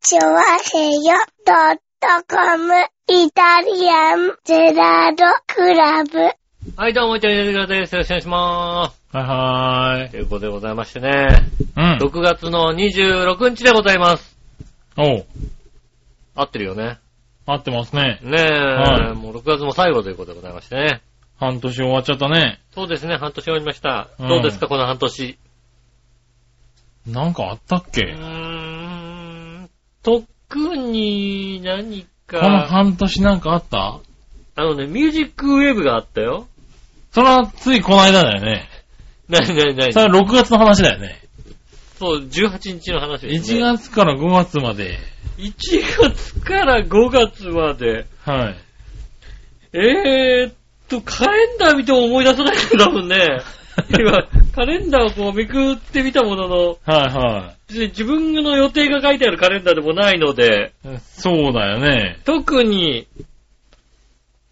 チョワヘヨドットコムイタリアンゼラードクラブ。はい、どうも、いただきまです。よろしくお願いしまはいはす。ーということでございましてね、い。 6月の26日でございます。うん。おう。合ってるよね。合ってますね。ねえ、はいもう6月も最後ということでございましてね。半年終わっちゃったね。そうですね、半年終わりました。うんどうですか、この半年。なんかあったっうーけん、特に何このか、半年なんかあったあのね、ミュージックウェーブがあったよ。それはついこの間だよね。なになになにそれは6月の話だよね。そう、18日の話です、 1ね。月から5月まで。 1月から5月まで。はい。えーっと、カレンダー見ても思い出さないんだもんね。 今、カレンダーをこうめくってみたものの、はいは別に自分の予定が書いてあるカレンダーでもないので、い。そうだよね。特に、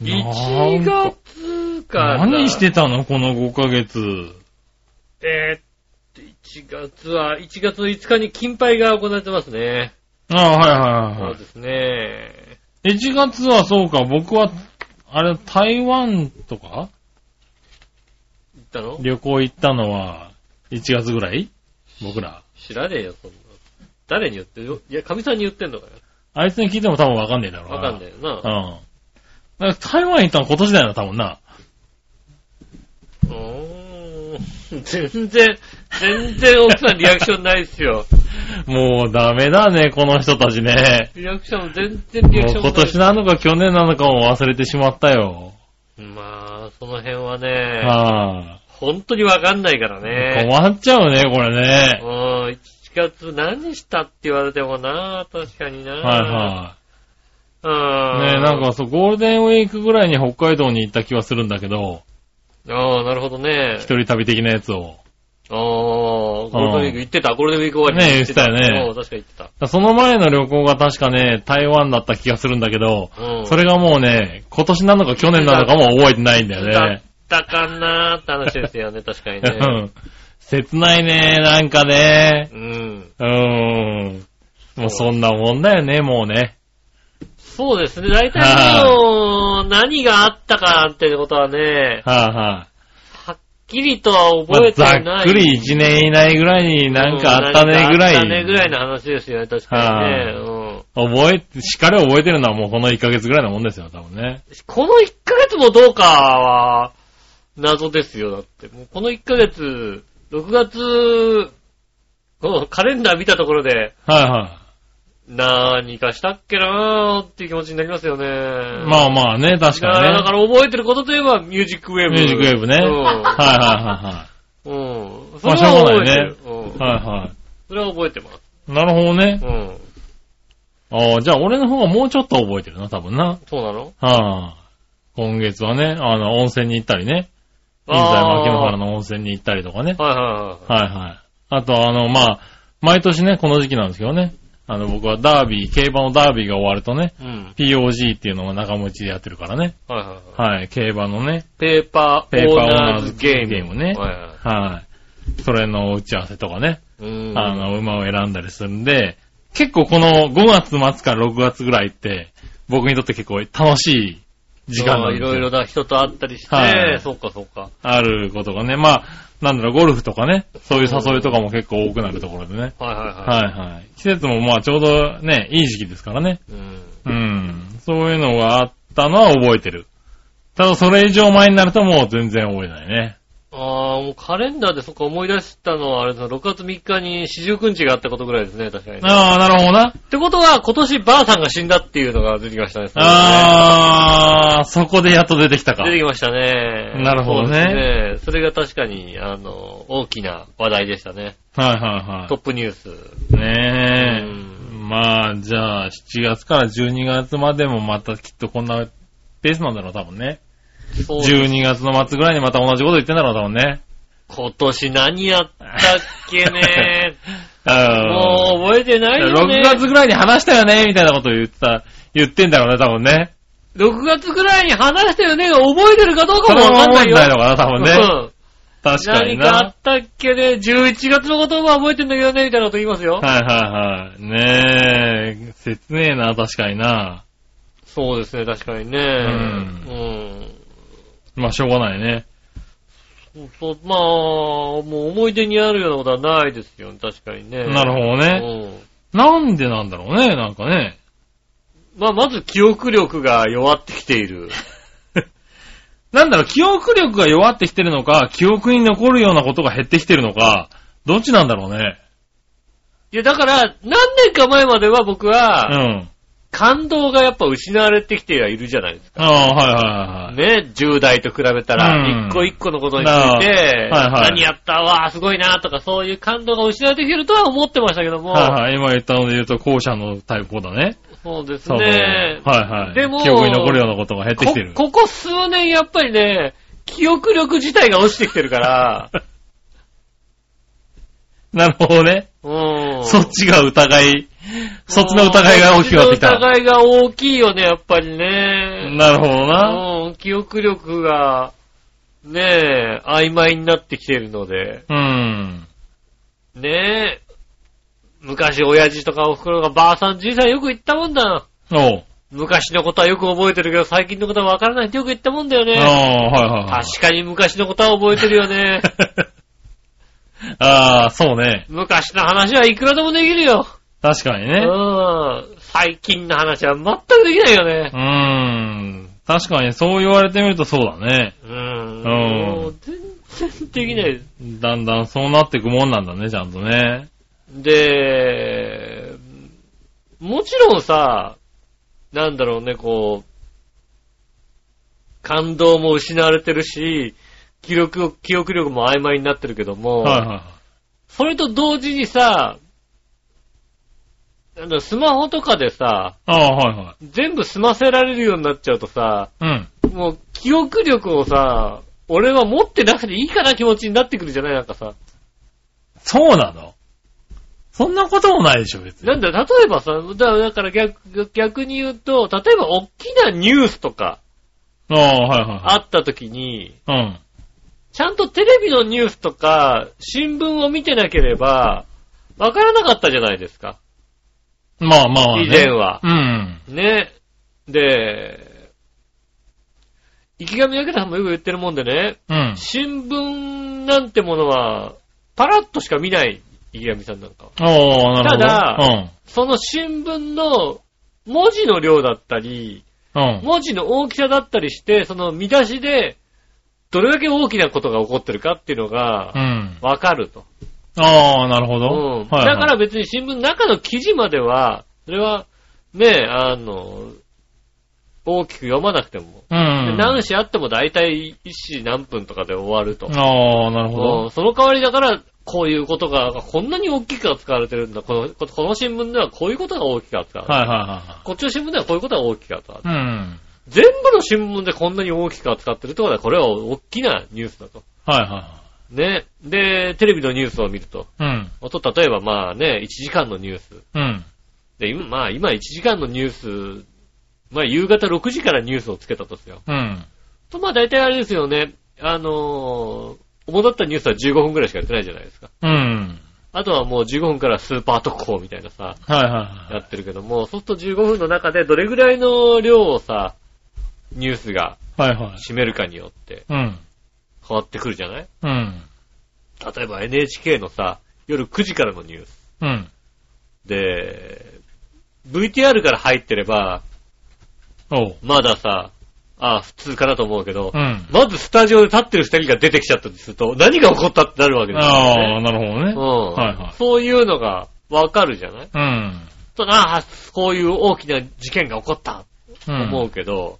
1なんか月から、何してたのこの5ヶ月。えーっと、1月は、1月の5日に金杯が行われてますね。ああ、はいはいそはうですね。い。1月はそうか、僕は、あれ、台湾と行かったの旅行行ったのは、1月ぐらい僕ら。知らねえよ、そんな。誰に言ってるいや、神さんに言ってんのかよ。あいつに聞いても多分わかんねえだろうわかんないよな。うん。だから台湾行ったの今年だよな、多分な。うーん全然、全然奥さんリアクションないっすよ。もうダメだね、この人たちね。リアクション、全然リアクもショうン今ない年なのか去年なのかも忘れてしまったよ。まあ、その辺はね、は本当にわかんないからい。ね。困っちゃうね、これね。うん、1月何したって言われてもな、確かにな。はいうん。いはい。ねえ、なんか。そう、ゴールデンウィークぐらいに北海道に行った気はするんだけど、ああ、なるほどね。一人旅的なやつを。ああ、ゴールデンウィーク行ってた、ゴールデンウィーク終わりねにえ行ってた。言ってたよねうん確か行ってた。その前の旅行が確かね、台湾だった気がするんだけど、うん。それがもうね、今年なのか去年なのかも覚えてないんだよだっ。ねたかなーって話ですよね、確かにね。うん切ないね、なんかね。うん。うーん。もうそんなもんだよね、もうね。そうですね。大体もう、何があったかってことはね、はいははっきりとは覚えい。てまない。あざっくり1年以内ぐらいになんかあったねうぐらん何かあったねぐらいい。の話ですよね、確かにね。うん覚えて、しっかり覚えてるのはもうこの1ヶ月ぐらいのもんですよ、多分ね。この1ヶ月もどうかは、謎ですよ、だって。もうこの1ヶ月、6月、このカレンダー見たところで、はいは何かしたっけなーっていう気持ちになりますよね。い。まあまあね、確だから、だかから覚えてることといえば、ミュージックウェーブ。ミュージックウェーブねうんにね。はいはうん。そまれあはしょ覚うがえなているね。うんいはい。はいはい。それは覚えてます。なるほどねう。ん。ああ、じゃあ俺の方がもうちょっと覚えてるな、多分な。そうなのはあ。今月はね、あの、温泉に行ったりね。現在、あー牧野原の温泉に行ったりとかね。はいははいはい。あと、あの、まあ、毎年ね、この時期なんですけどね。あの、僕はダービー、競馬のダービーが終わるとね、いはい。うん。 POG っていうのを仲間内でやってるからね。はいはいはい。はい、競馬のね。ペーパーペオーーパーオーナーナーズズゲゲーーム。ムはねいははい。それの打ち合わせとかね。い。うん。あの、馬を選んだりするんで、結構この5月末から6月ぐらいって、僕にとって結構楽しい時間そうなんでいすよ。ろいろな人と会ったりして、はいそうかそうか。あることがね、まあ、なんだろう、ゴルフとかね、そういう誘いとかも結構多くなるところでね。はいはいはいはい。季節もまあちょうどね、いい時期ですからね。い。うん。うん。そういうのがあったのは覚えてる。ただそれ以上前になるともう全然覚えないね。ああ、もうカレンダーでそこ思い出したのは、あれだ、6月3日に四十九日があったことぐらいですね、確かに。っああ、なるほどな。てことは、今年ばあさんが死んだっていうのが出てきましたね。ああ、そこでやっと出てきたか。出てきましたね。なるほどそねうですねそれが確かに、あの、大きな話題でしたね。はいはトップニュース。いはい。ねうえ。まあ、じゃあ、7月から12月までもまたきっとこんなペースなんだろう、多分ね。そう12月の末ぐらいにまた同じこと言ってんだろう、多分ね。今年何やったっけね。 うん。もう覚えてないよね。 6月ぐらいに話したよね、みたいなことを言ってた、言ってんだろうね、多分ね。 6月ぐらいに話したよね。覚えてるかどうかそもれもわかんな覚えいてよ。ないのかな、多分ね。うん確かに何かあなっ。たっけね。11月のことは覚えてんだけどね、みたいなこと言いますよ。はいはいはい。ね切ねえな、確かにな。。そうですね、確かにね。うんまあ、しょうがないね。うん。そう、まあ、もう思い出にあるようなことはないですよね、確かにね。なるほどね。なんでなんだろうね、なんかね。うん。まあ、まず記憶力が弱ってきてい る。なんだろう、記憶力が弱ってきてるのか、記憶に残るようなことが減ってきてるのか、どっちなんだろうね。いや、だから、何年か前までは僕うは、ん。感動がやっぱ失われてきてはいるじゃないですか。ああ、はいはいはいはい。ね、10代と比べたうんら、一個一個のことについて、ああはいはい何やったわあ、すごいなとか、そういう感動が失われてきてるとは思ってましたけども、はいはい、今言ったので言うと、後者のタイプだね。そうです多分ね。はいはい。でも記憶に残るようなことが減ってきこてる。ここ数年やっぱりね、記憶力自体が落ちてきてるから、なるほどね。うん。そっちが疑い、そっちの疑いが大きくなってきそた。っちの疑いが大きいよね、やっぱりね。なるほどな。うん、記憶力が、ねえ、曖昧になってきてるので、うん。ねえ、昔親父とかお袋がばあさんじいさんよく言ったもんだ。おう。昔のことはよく覚えてるけど、最近のことはわからないってよく言ったもんだよあね。あ、はいはいはい。確かに昔のことは覚えてるよ ね。ああ、そうね。昔の話はいくらでもできるよ。確かにうね。ん。最近の話は全くできないよねう。ーん。確かに、そう言われてみるとそうだね。うん。んもう全然できないです。だんだんそうなっていくもんなんだね、ちゃんとね。で、もちろんさ、なんだろうね、こう、感動も失われてるし、記録、記憶力も曖昧になってるけども、はいはそれと同時にさ、なんだろうスマホとかでさ、い。ああ、はいはい。全部済ませられるようになっちゃうとさ、うん。もう記憶力をさ、俺は持ってなくていいかな気持ちになってくるじゃないなんかさ。そうなのそんなこともないでしょ、別に。なんだ、例えばさ、だだから逆逆に言うと、例えば大きなニュースとかああ、はいはあった時に、いはい。うん。ちゃんとテレビのニュースとか、新聞を見てなければ、わからなかったじゃないですか。まあまあまあ、ね。以前はう。ん。ね。で、池上彰さんもよく言ってるもんでね、うん。新聞なんてものは、パラッとしか見ない、池上さんなんかは。おー、なるほたど。だうん。その新聞の文字の量だったり、うん。文字の大きさだったりして、その見出しで、どれだけ大きなことが起こってるかっていうのうが、ん。わかると。ああ、なるほうどん。。はいはだいから別に新聞の中の記事までは、それは、ね、あの、大きく読まなくても。うでん。何紙あっても大体1紙何分とかで終わると。ああ、なるほうんど。その代わりだから、こういうことが、こんなに大きく扱われてるんだ。この、ここの新聞ではこういうことが大きく扱われてる。はいはこっちの新聞ではこういうことが大きく扱われてるいはい。うん。全部の新聞でこんなに大きく扱ってるってことは、これは大きなニュースだと。はいはね。で、テレビのニュースを見ると。いはい。うん。おと、例えばまあね、1時間のニュース。うん。で、今、まあ今1時間のニュース、まあ夕方6時からニュースをつけたとですよ。うん。と、まあ大体あれですよね。あのー、主だったニュースは15分くらいしかやってないじゃないですか。うん。あとはもう15分からスーパー特報みたいなさ、はいはいはい。やってるけども、そうすると15分の中でどれぐらいの量をさ、ニュースがはいはい。占めるかによってうん。変わってくるじゃないうん。例えば NHK のさ、夜9時からのニュースうん。で、VTR から入ってれば、おう。まださ、あ、普通かなと思うけど、うん。まずスタジオで立ってる二人が出てきちゃったりすると、何が起こったってなるわけですああ、よね。なるほどね。うんはいはい。そういうのがわかるじゃないうん。とな、あこういう大きな事件が起こったうとん。思うけど、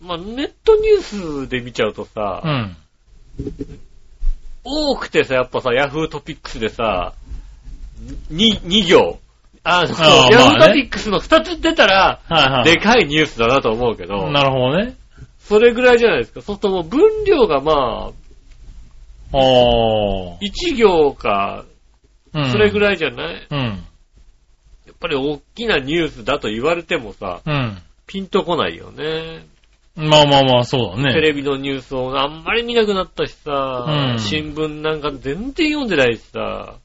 まあ、ネットニュースで見ちゃうとさ、うん。多くてさ、やっぱさ、ヤフートピックスでさ、に、2行。あの、あーヤまあフねートピックスの2つ出たら、はいはい。でかいニュースだなと思うけど、なるほどね。それぐらいじゃないですか。そうするともう分量がまあ、おー1行か、うん。それぐい。らいじゃない、やうん。っぱり大きなニュースだと言われてもさ、うん。ピンとこないよね。まあまあまあ、そうだね。テレビのニュースをあんまり見なくなったしさ、うん新聞なんか全然読んでないしさ、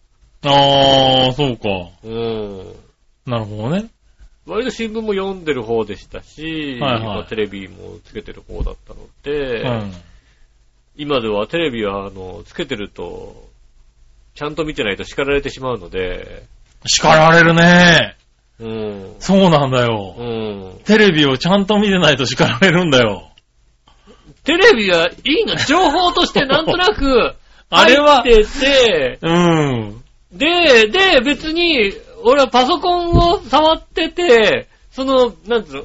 ああ、そうか。うん。なるほどね。割と新聞も読んでる方でしたし、はいはいまあテレビもつけてる方だったので、うん。今ではテレビは、あの、つけてると、ちゃんと見てないと叱られてしまうので、叱られるね。うん。そうなんだうよ。ん。テレビをちゃんと見てないと叱られるんだよ。、テレビはいいの情報としてなんとなく あれは入ってて、うん。で、で、別に、俺はパソコンを触ってて、その、なんつうの、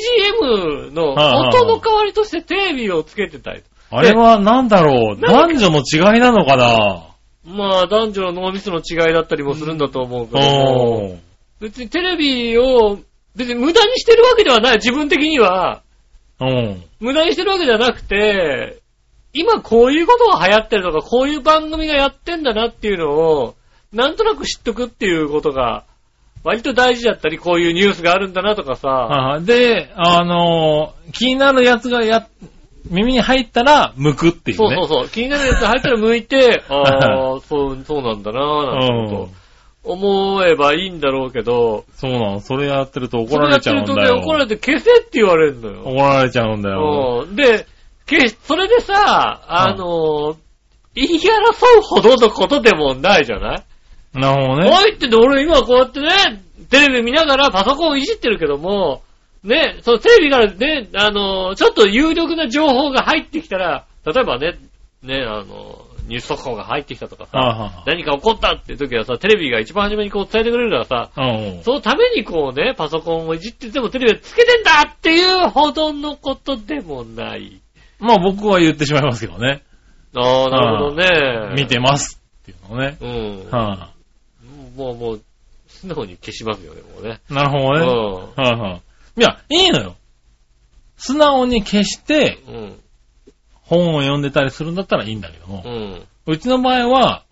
BGM のはいはいはい音の代わりとしてテレビをつけてたり。あれはなんだろう。なん男女の違いなのかなまあ、男女の脳みその違いだったりもするんだと思うけども、うん。別にテレビを、別に無駄にしてるわけではない、自分的には。うん。無駄にしてるわけじゃなくて、今こういうことが流行ってるとか、こういう番組がやってんだなっていうのを、なんとなく知っとくっていうことが、割と大事だったり、こういうニュースがあるんだなとかさ、はいはいで、あのー気になるやつがや、耳に入ったら、向くっていうね。そうそうそう、気になるやつ入ったら向い て、ああ、そう、そうなんだななんてこん。と、思えばいいんだろうけど、そうなの。それやってると怒それらやれっちてゃうるんとだね、よ。怒られて消せって言われるのよ。怒られちゃうんだよ。うんで、けそれでさ、あのー、言い争うほどのことでもないじゃないなるほどね。おいってね俺今こうやってね、テレビ見ながらパソコンをいじってるけども、ね、そのテレビからね、あのー、ちょっと有力な情報が入ってきたら、例えばね、ね、あのー、ニュース速報が入ってきたとかはさ、いは何か起こったっていう時はさ、テレビが一番初めにこう伝えてくれるからさ、いはいうん。そのためにこうね、パソコンをいじっててもテレビをつけてんだっていうほどのことでもない。まあ僕は言ってしまいますけどね。ああ、なるほどね。見てますっていうのをね。うん。はもう、もう、素直に消しますよね、もうね。い。なるほうどね。ん。はいはい。いや、いいのよ。素直に消してうん。本を読んでたりするんだったらいいんだけどうも、ん。うちの場合は、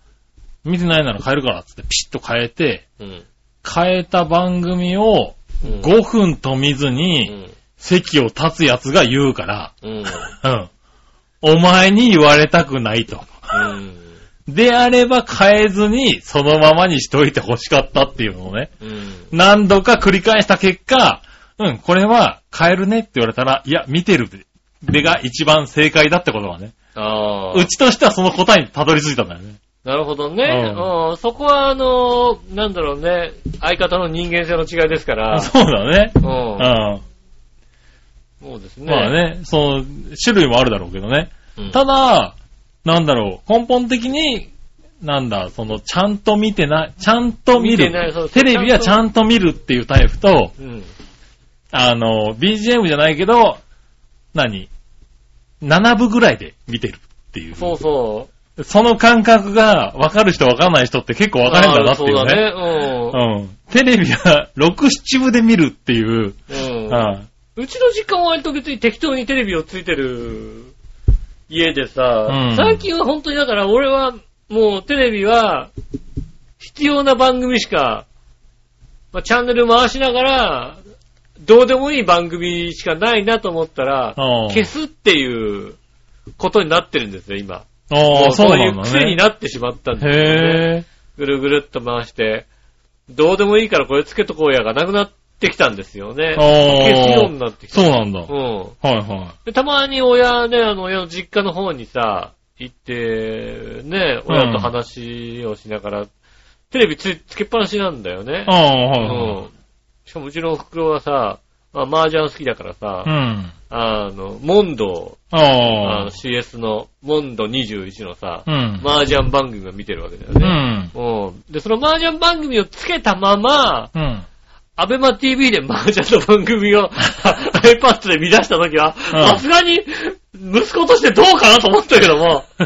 見てないなら変えるからっつってピシッと変えて、うん。変えた番組をうん5分と見ずうにん。席を立つやつが言うから、うん。うん。お前に言われたくないと。うん。であれば変えずにそのままにしといて欲しかったっていうのをね。うん。何度か繰り返した結果、うん、これは変えるねって言われたら、いや、見てるで、でが一番正解だってことはね。ああ。うちとしてはその答えにたどり着いたんだよね。なるほどね。うんうん。そこは、あのー、なんだろうね。相方の人間性の違いですから。そうだね。うん。うん。そうですね。まあ。ね、その、種類もあるだろうけどね。うん、ただ、なんだろう、根本的に、なんだ、その、ちゃんと見てない、ちゃんと見見てないそうる。テレビはちちゃゃんと見るっていうタイプと、うん。あの、BGM じゃないけど、何 ?7 部ぐらいで見てるっていう。そうそう。その感覚が分かる人分かんない人って結構分かれんだなっていうね。あーそううだね。ん。テレビは6、7部で見るっていう。うん。うん。はうちの実家は割と別に適当にテレビをついてる家でさ、うん最近は本当にだから俺はもうテレビは必要な番組しか、まあ、チャンネル回しながら、どうでもいい番組しかないなと思ったら、うん消すっていうことになってるんですよ、今。い。あもあ、そういなうんだ癖にね。なってしまったんですよ、ね。へえ。ぐるぐるっと回して、どうでもいいからこれつけとこうやがなくなってきたんですよね。消すようにああ。なってきた。そうなんだ。はいうん。はで、たまに親ね、あの、親の実家の方にさ、行って、ね、うん親と話をしながら、テレビつ、つけっぱなしなんだよねい。。あうあ、はいはい。ん。しかもうちのお袋はさ、まあ、麻雀好きだからさ、うん。あの、モンドを、あああの。CS の、モンド21のさう、ん。麻雀番組を見てるわけだようね。ん。うん。で、その麻雀番組をつけたまま、うん。アベマ TV で麻雀の番組 を iPad で見出したときは、うんさすがに息子としてどうかなと思ったけども、え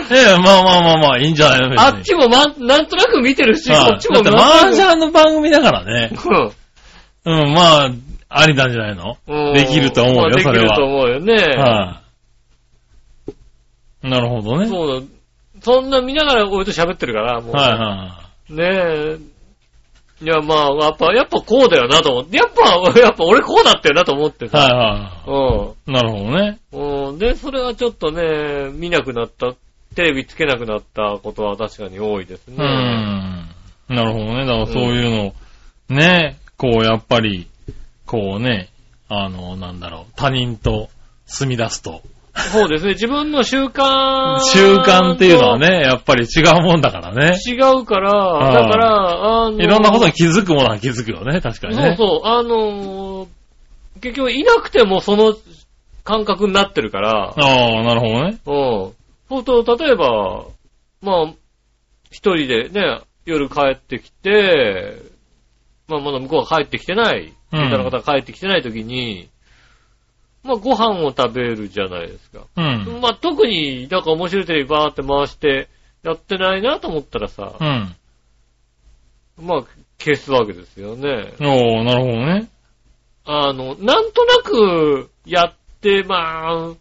え、まあまあまあまあ、いいんじゃないのあっちもまん、なんとなく見てるし、こはっいちだもってなマーんジとなャンの番組だからね。くうんうん、まあ、ありなんじゃないのうんできると思うよまあできそれるはと思うよね。はい。なるほどね。そうだ。そんな見ながら俺と喋ってるから、もう。はいはねえ。いや、まあ、やっぱ、やっぱこうだよなと思って、やっぱ、やっぱ俺こうだったよなと思ってい。はさ。いはうん。い。なるほどね。うん、で、それはちょっとね、見なくなった、テレビつけなくなったことは確かに多いですうね。ん。なるほどね。だからそういうのをね、こうやっぱり、こうね、あの、なんだろう、他人と住み出すと、そうですね。自分の習慣。習慣っていうのは。ね、やっぱり違うもんだからね。違うから、だから、あの、いろんなことに気づくものは気づくよね、確かにね。そうそう。あのー結局いなくてもその感覚になってるから、ああ、なるほどね。うん。そうと、例えば、まあ、一人でね、夜帰ってきて、まあまだ向こうが帰ってきてない、うんみたいな方が帰ってきてない時に、まあご飯を食べるじゃないですか。うん。まあ特に、なんか面白いテレビバーって回して、やってないなと思ったらさう、ん。まあ消すわけですよね。おー、なるほどね。あの、なんとなくやって、まあ、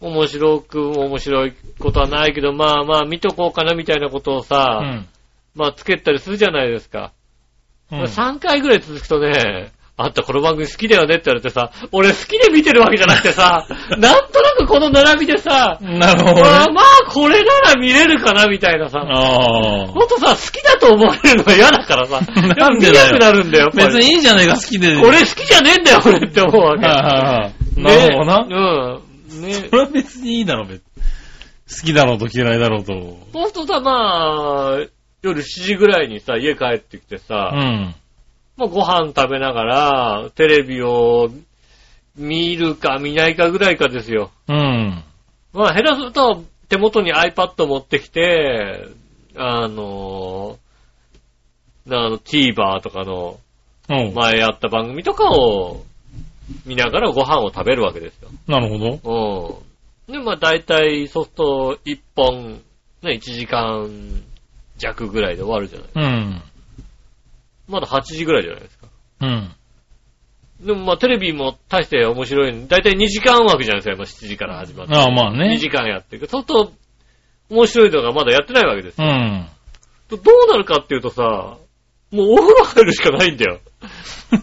面白く、面白いことはないけど、まあまあ見とこうかなみたいなことをうさ、ん。まあつけたりするじゃないですか。うまあん3回ぐらい続くとね、あんたこの番組好きだよねって言われてさ、俺好きで見てるわけじゃなくて さ、なんとなくこの並びでさ、なるほどまあね。まあこれなら見れるかなみたいなさ、ああも。っとさ、好きだと思われるのは嫌だからさ、やっぱ なん見でだなよくなるんだよ、やっぱり。別にいいじゃねえか、好きで。俺好きじゃねえんだよ、俺って思うわけ。はいはいはい。なるほどな。ねうん。ねそれは別にいいだろ、別に。好きだろうと嫌いだろうと。そうするとさ、まあ、夜7時ぐらいにさ、家帰ってきてさ、うん。まあご飯食べながら、テレビを見るか見ないかぐらいかですよ。うん。まあ、減らすと、手元に iPad 持ってきて、あのー、あの、TVer とかのおう前やった番組とかを見ながらご飯を食べるわけですよ。なるほど。うん。で、まあ大体、そうすると、一本、ね、1時間弱ぐらいで終わるじゃない。うん。まだ8時ぐらいじゃないですか。うん。でもまあテレビも大して面白い、大体2時間枠じゃないですか、今7時から始まって。ああ、まあ2ね。時間やってる。そうすると、面白いのがまだやってないわけですう。ん。どどうなるかっていうとさ、もうお風呂入るしかないんだよ。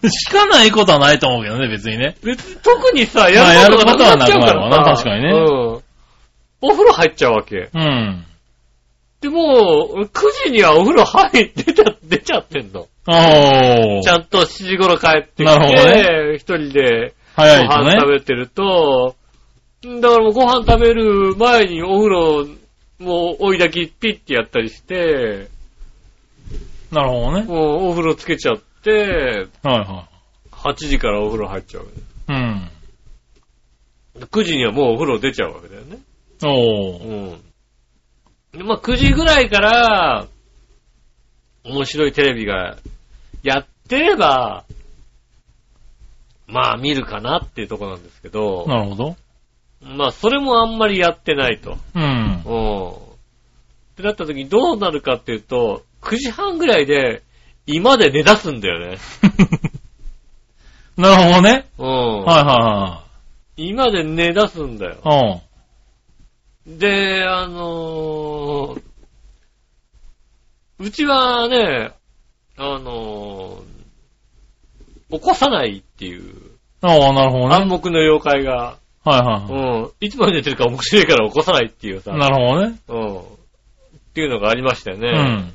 しかないことはないと思うけどね、別にね。別に特にさ、まあやることがなくなっちゃうからやることはなくなるわなさ。確かにねうん。お風呂入っちゃうわけ。うん。でも、俺9時にはお風呂入って出ちゃ、出ちゃってんの。おーち。ゃんと7時頃帰ってきて、なるほどね一人でご早いと飯食ね。べてると、だからもうご飯食べる前にお風呂、もう追いだきピッてやったりして、なるほどね。もうお風呂つけちゃって、はいは8時からお風呂入っちゃうわけい。うん。で。9時にはもうお風呂出ちゃうわけだよね。おうー。ん。でまあ9時ぐらいから、面白いテレビがやってれば、まあ見るかなっていうところなんですけど、なるほど。まあそれもあんまりやってないと。うん。うん。ってなった時にどうなるかっていうと、9時半ぐらいで、今で寝出すんだよね。 なるほどね。うん。はいは今で寝出すんだよ。いはい。で、あのーうちはね、あのー起こさないっていう、うん。ああ、なるほど暗ね。黙の妖怪が、はいうはん、いつまで寝てるか面白いから起こさないっていうさい。、なるほどね。うん、っていうのがありましたようね。ん。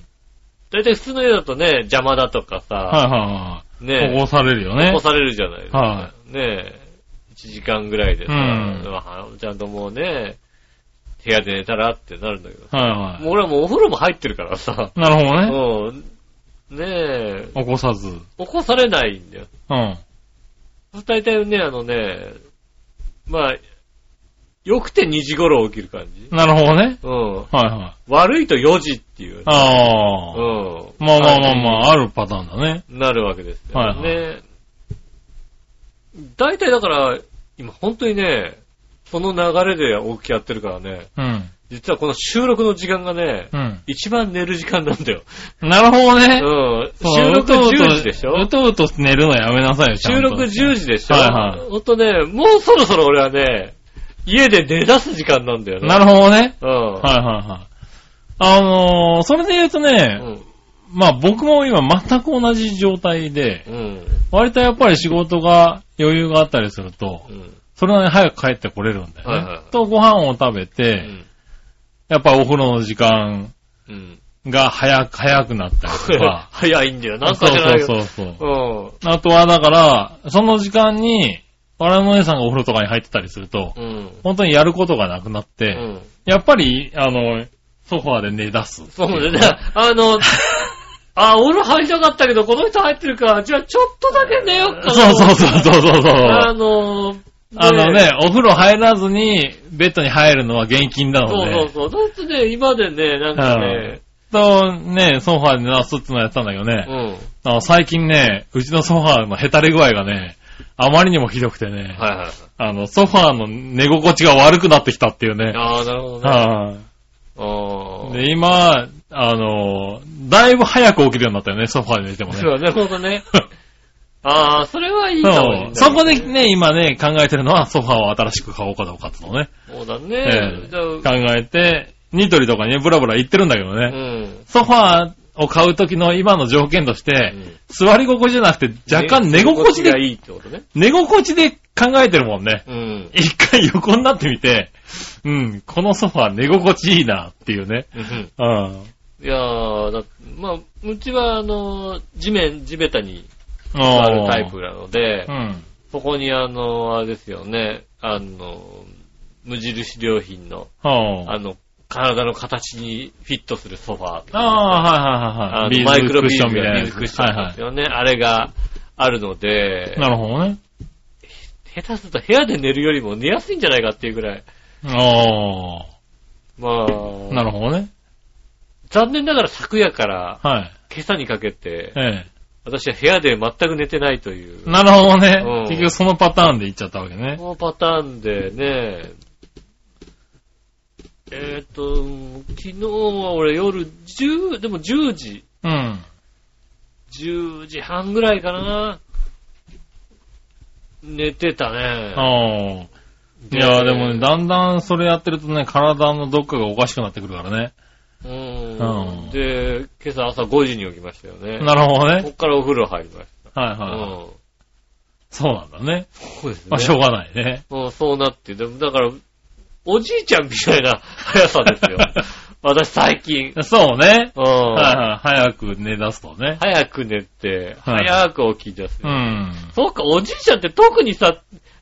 だいたい普通の家だとね、邪魔だとかはさ、いはねいはい。起こされるよ起ねこ。されるじゃないですか。はねえ、1時間ぐらいでさ、うんまあちゃんともうね、部屋で寝たらってなるんだけどさはいはもう俺はもうお風呂も入ってるからさ。い。なるほうどね。ん。ねえ、起こさず。起こされないんだよ。うん。大体ね、あのね、まあ、よくて2時頃起きる感じ。なるほどね。うん。はいはい。悪いと4時っていう。うああ。ん。まあまあまあまあ、あるパターンだね。なるわけですよね。はい大体だから、今本当にね、その流れで起きやってるからね、うん。実はこの収録の時間がね、うん。一番寝る時間なんだよ。なるほどね。うん。そう収録うとうと10時でしょうとうと寝るのやめなさいよ、ちゃ収んと録10時でしょはいはいほんとね、もうそろそろ俺はね、家で寝出す時間なんだよね。なるほどね。うん。はいはいはい。あのー、それで言うとね、うん。まあ僕も今全く同じ状態で、うん。割とやっぱり仕事が余裕があったりすると、うん。それなりに早く帰ってこれるんだよね。はいはいと、ご飯を食べて、うんやっぱお風呂の時間、うん。。が早く、早くなったりとか早いんだよ。 なんそかう知らないけど。そうそうそう。うん。あとはだから、その時間に、我のお姉さんがお風呂とかに入ってたりすると、うん。本当にやることがなくなって、うん。やっぱり、あの、ソファーで寝出す。そうだね。あ の、あ、俺入りたかったけど、この人入ってるから、じゃあちょっとだけ寝ようかな。そうそうそうそうそうそう。あの、あのね、お風呂入らずに、ベッドに入るのは厳禁なのそうで。そうそう。だってね、今でね、なんかね、と、ね、ソファーで寝出すってのをやってたんだけどうね、ん。あの最近ね、うちのソファーのへたれ具合がね、あまりにもひどくてね、はいはい。あの、ソファーの寝心地が悪くなってきたっていうね。ああ、なるほどね。はいああ。で、今、あの、だいぶ早く起きるようになったよね、ソファーで寝てもね。そうだね、ほんと ね。ああ、それはいいかもしれなそ。いうそこでね、今ね、考えてるのはソファーを新しく買おうかどうかってのをね、そうだえね。えじゃあ、う考えて、ニトリとかにね、ブラブラ行ってるんだけどね、ん。ソファーを買う時の今の条件として、座り心地じゃなくて、若干寝心地がで、いいってことね。寝心地で考えてるもんね。うん。一回横になってみて、うん、このソファー寝心地いいなっていうね。うんうん。いやー、だまあ、うちは、あの、地面、地べたにああるタイプなのでう、ん。そこに、あの、あれですよね、あの、無印良品の、はあの、体の形にフィットするソファー。ああ、はいはいはいはい。あのマイクロビーズのビーやズつクッションですはよね。あれがあるのいではい。、なるほどね。下手すると部屋で寝るよりも寝やすいんじゃないかっていうぐらい。あまあ、なあ、るほどね。残念ながら昨夜からはい。今朝にかけて、え私は部屋で全く寝てないというえ。、なるほどうんね。結局そのパターンでいっちゃったわけね。このパターンでね、えっ、と、昨日は俺夜10、でも10時、うん。 10時半ぐらいかな。寝てたね。ああ。いやーでもね、だんだんそれやってるとね、体のどっかがおかしくなってくるからね。うんうんで、今朝朝5時に起きましたよね。なるほどこね。っからお風呂入りましはいた。うはい。ん。そうなんだね。そうですね。まあ、しょうがないね。うん、そうなって、でもだから、おじいちゃんみたいな速さです よ。私最近。そうね。うん。はいはい。早く寝出すとね。早く寝て、はい早く起き出す。うん。そうか、おじいちゃんって特にさ、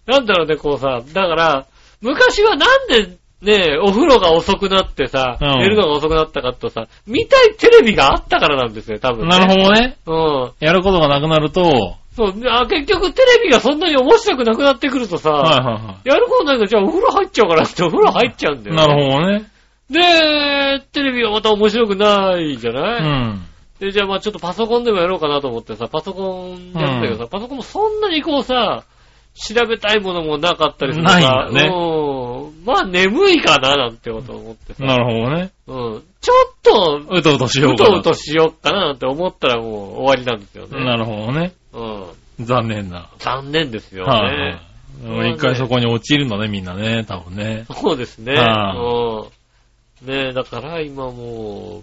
なんだろうね、こうさ、だから、昔はなんで、ねお風呂が遅くなってさ、うん寝るのが遅くなったかとさ、見たいテレビがあったからなんですよ、多分、なるほどね。ど。うん。やることがなくなると、はいそう、あ結局テレビがそんなに面白くなくなってくるとさ、はいはやることないから、じゃあお風呂入っちゃおうかなってお風呂入っちゃうんだい。よ、なるほどね。で、テレビがまた面白くないじゃうない、ん。で、じゃあまあちょっとパソコンでもやろうかなと思ってさ、パソコンやってたけどさ、パソコンもそんなにこうさ、調べたいものもなかったりするから、ないんだねうん。まあ眠いかななんてこと思ってさ、なるほどね。うん。ちょっと、うとうとしよううかとな。うとしよっかななんて思ったらもう終わりなんですよね。なるほどね。うん。残念な。残念ですよね。はいはい。もう一回そこに陥るのね、みんなね、多分ね。そうですね。あうん。ねえ、だから今もう、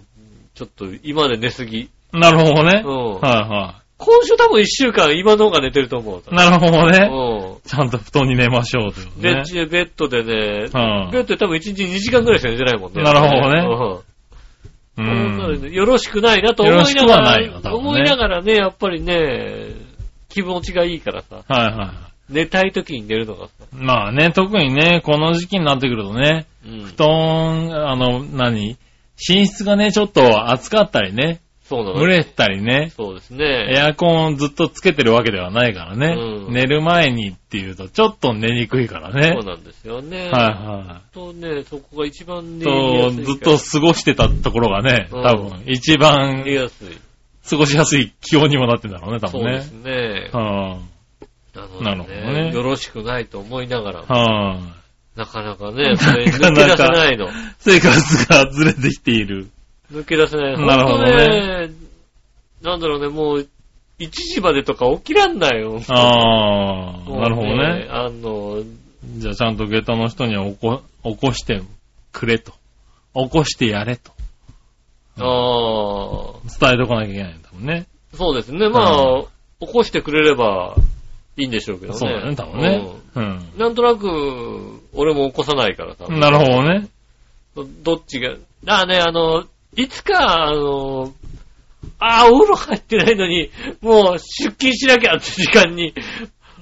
ちょっと今で寝すぎ。なるほどうね。ん。はいは今週多分一週間今の方が寝てると思う。い。なるほどね。うちゃんと布団に寝ましょうというこん。とで、ね。ベッドでね、うんベッドで多分1日2時間ぐらいしか寝てないもんね。なるほうどうんん。そうよろしくないなと思いながら、よろしくはないよ多分ね思いながらね、やっぱりね、気持ちがいいからさ、はいは寝たい時に寝るのがさ、い。まあね、特にね、この時期になってくるとね、うん布。団、あの、何寝室がね、ちょっと暑かったりね、そうなの蒸れたりね、そうですね。エアコンずっとつけてるわけではないからね、うん寝る前にっていうとちょっと寝にくいからねそう。なんですよね。はとね、そこが一番いね、はい。と、寝やすいずっからと過ごしてたところがね、うん多分、一番寝やすい。過ごしやすい気温にもなってんだろうね、多そう分ですね。ね。はなのなるほでどね。ねよろしくないと思いながらい。、はい。なかなかね、それなか抜なけか出せないの。生活がずれてきている。抜け出せないの。なるほどねほんとね。なんだろうね、もう、1時までとか起きらんないよ。ああ、もうなるほどね。あの、じゃあちゃんと下駄の人には起こ、起こしてくれと。起こしてやれと。あ伝えとかなきゃいけないんだもんね。ーそうですね。まあ、起こしてくれればいいんでしょうけどね。そうだよね、多分ね。うんう。ん。なんとなく、俺も起こさないからさ。 なるほどね。どっちが、ああね、あの、いつか、あの、ああ、お風呂入ってないのに、もう出勤しなきゃって時間に、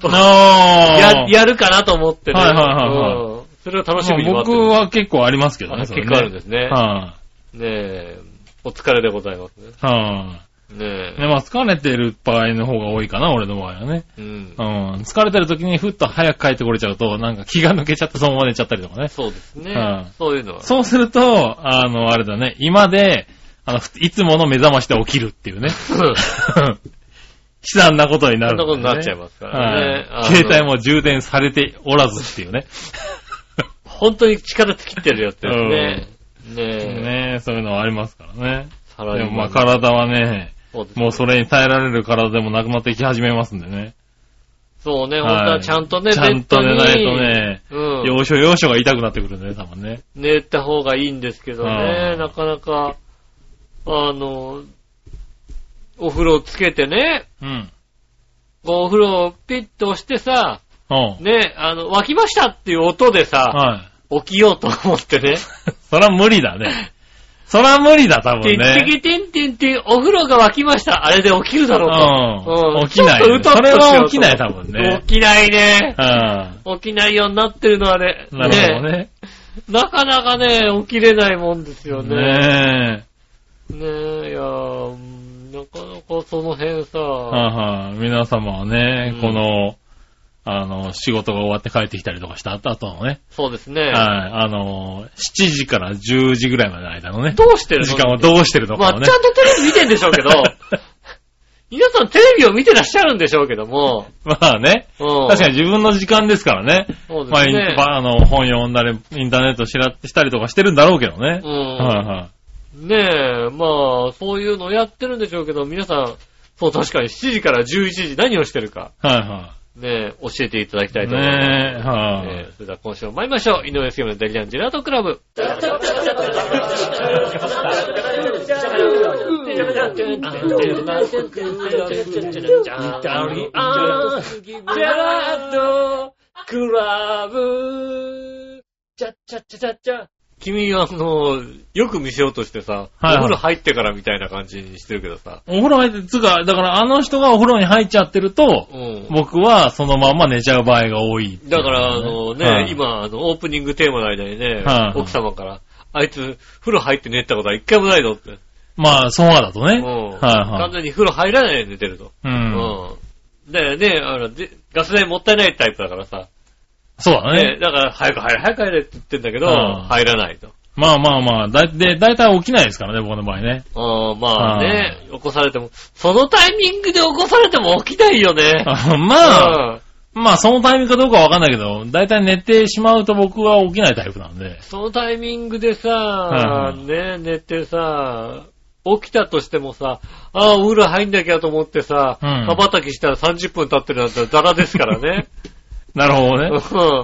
あや、や、やるかなと思ってね。はいはいはいはうんそれを楽しみに待って僕る。は結構ありますけどあね。結構あるんですすね。ね。はねえ、お疲れでございますね。い。はねい。ね、まあ疲れてる場合の方が多いかな、俺の場合はね。え。うんう。ん。疲れてる時にふっと早く帰ってこれちゃうと、なんか気が抜けちゃってそのまま寝ちゃったりとかね。そうですねは。そういうの は。そうすると、あの、あれだね、今で、あの、ふいつもの目覚ましで起きるっていうね。 うん悲惨なことになそるんんなだことになよね、っちゃいますからね。あはのい携帯も充電されておらずっていうね。本当に力尽きてるやつですね。ねえ。ねそういうのはありますからね。サラでリーマもまンあ体はね、そうですねもうそれに耐えられる体でもなくなってき始めますんでね。そうね、はい本当はちゃんとね、ちゃんと寝ないとね、ベッドに。うん。要所要所が痛くなってくるんだね、多分ね。寝た方がいいんですけどねう、んなかなか、あの、お風呂つけてね、うん。こうお風呂をピッと押してさ、うん。ね、あの、沸きましたっていう音でさ、はい。起きようと思ってね。 そら無理だね。そら無理だ、多て分んてね。けてんてんてん、お風呂が沸きました。あれで起きるだろうと。うん起きないちょっとうとっそとしれようとは起きない多分ね起きないね。うん。起きないようになってるのはね。なるほどね。なかなかね、起きれないもんですよね。ねねえ、いやーうんなかなかその辺さ、え。はいはい。皆様はねう、んこの、あの、仕事が終わって帰ってきたりとかした後のね、そうですね。はい。あの、7時から10時ぐらいまでの間のね、どうしてるの時間をどうしてるのまかをあ、ねちゃ。んとテレビ見てんでしょうけ ど、皆さんテレビを見てらっしゃるんでしょうけども、まあね、うん確かに自分の時間ですからね。そうでまあ、すインね。あの本読んだり、インターネットしらしたりとかしてるんだろうけどね。うんはいはい。ねえ、まあ、そういうのをやってるんでしょうけど、皆さん、そう、確かに7時から11時何をしてるか、はいはねえ、教えていただきたいい。と思います。ねえ、はい、えーそれでは今週も参りましょう。井上杉村のデリアンジェラートクラブ。君、あの、よく見せようとしてさ、はいはいお風呂入ってからみたいな感じにしてるけどさ。お風呂入って、つうか、だからあの人がお風呂に入っちゃってると、うん僕はそのまんま寝ちゃう場合が多いっていうね、だから、あのね、はい、今、あの、オープニングテーマの間にね、はい奥様から、あいつ、風呂入って寝たことは一回もないぞって。まあ、ソファだとね。うん完はいはい。全に風呂入らないで寝てると。うん。うん。だよね、あの、でガス代もったいないタイプだからさ。そうだね、ね。だから、早く入れ、早く入れって言ってんだけど、うん入らないと。まあまあまあ、だいで、大体起きないですからね、僕の場合ね。 うん、まあね、起こされても、そのタイミングで起こされても起きないよね。あうまあ、ん。まあそのタイミングかどうかわかんないけど、大体寝てしまうと僕は起きないタイプなんで。そのタイミングでさ、うんね、寝てさ、起きたとしてもさ、ああ、お風呂入んなきゃと思ってさ、うん羽ばたきしたら30分経ってるなんてザラですから ね。なるほどうんね。はい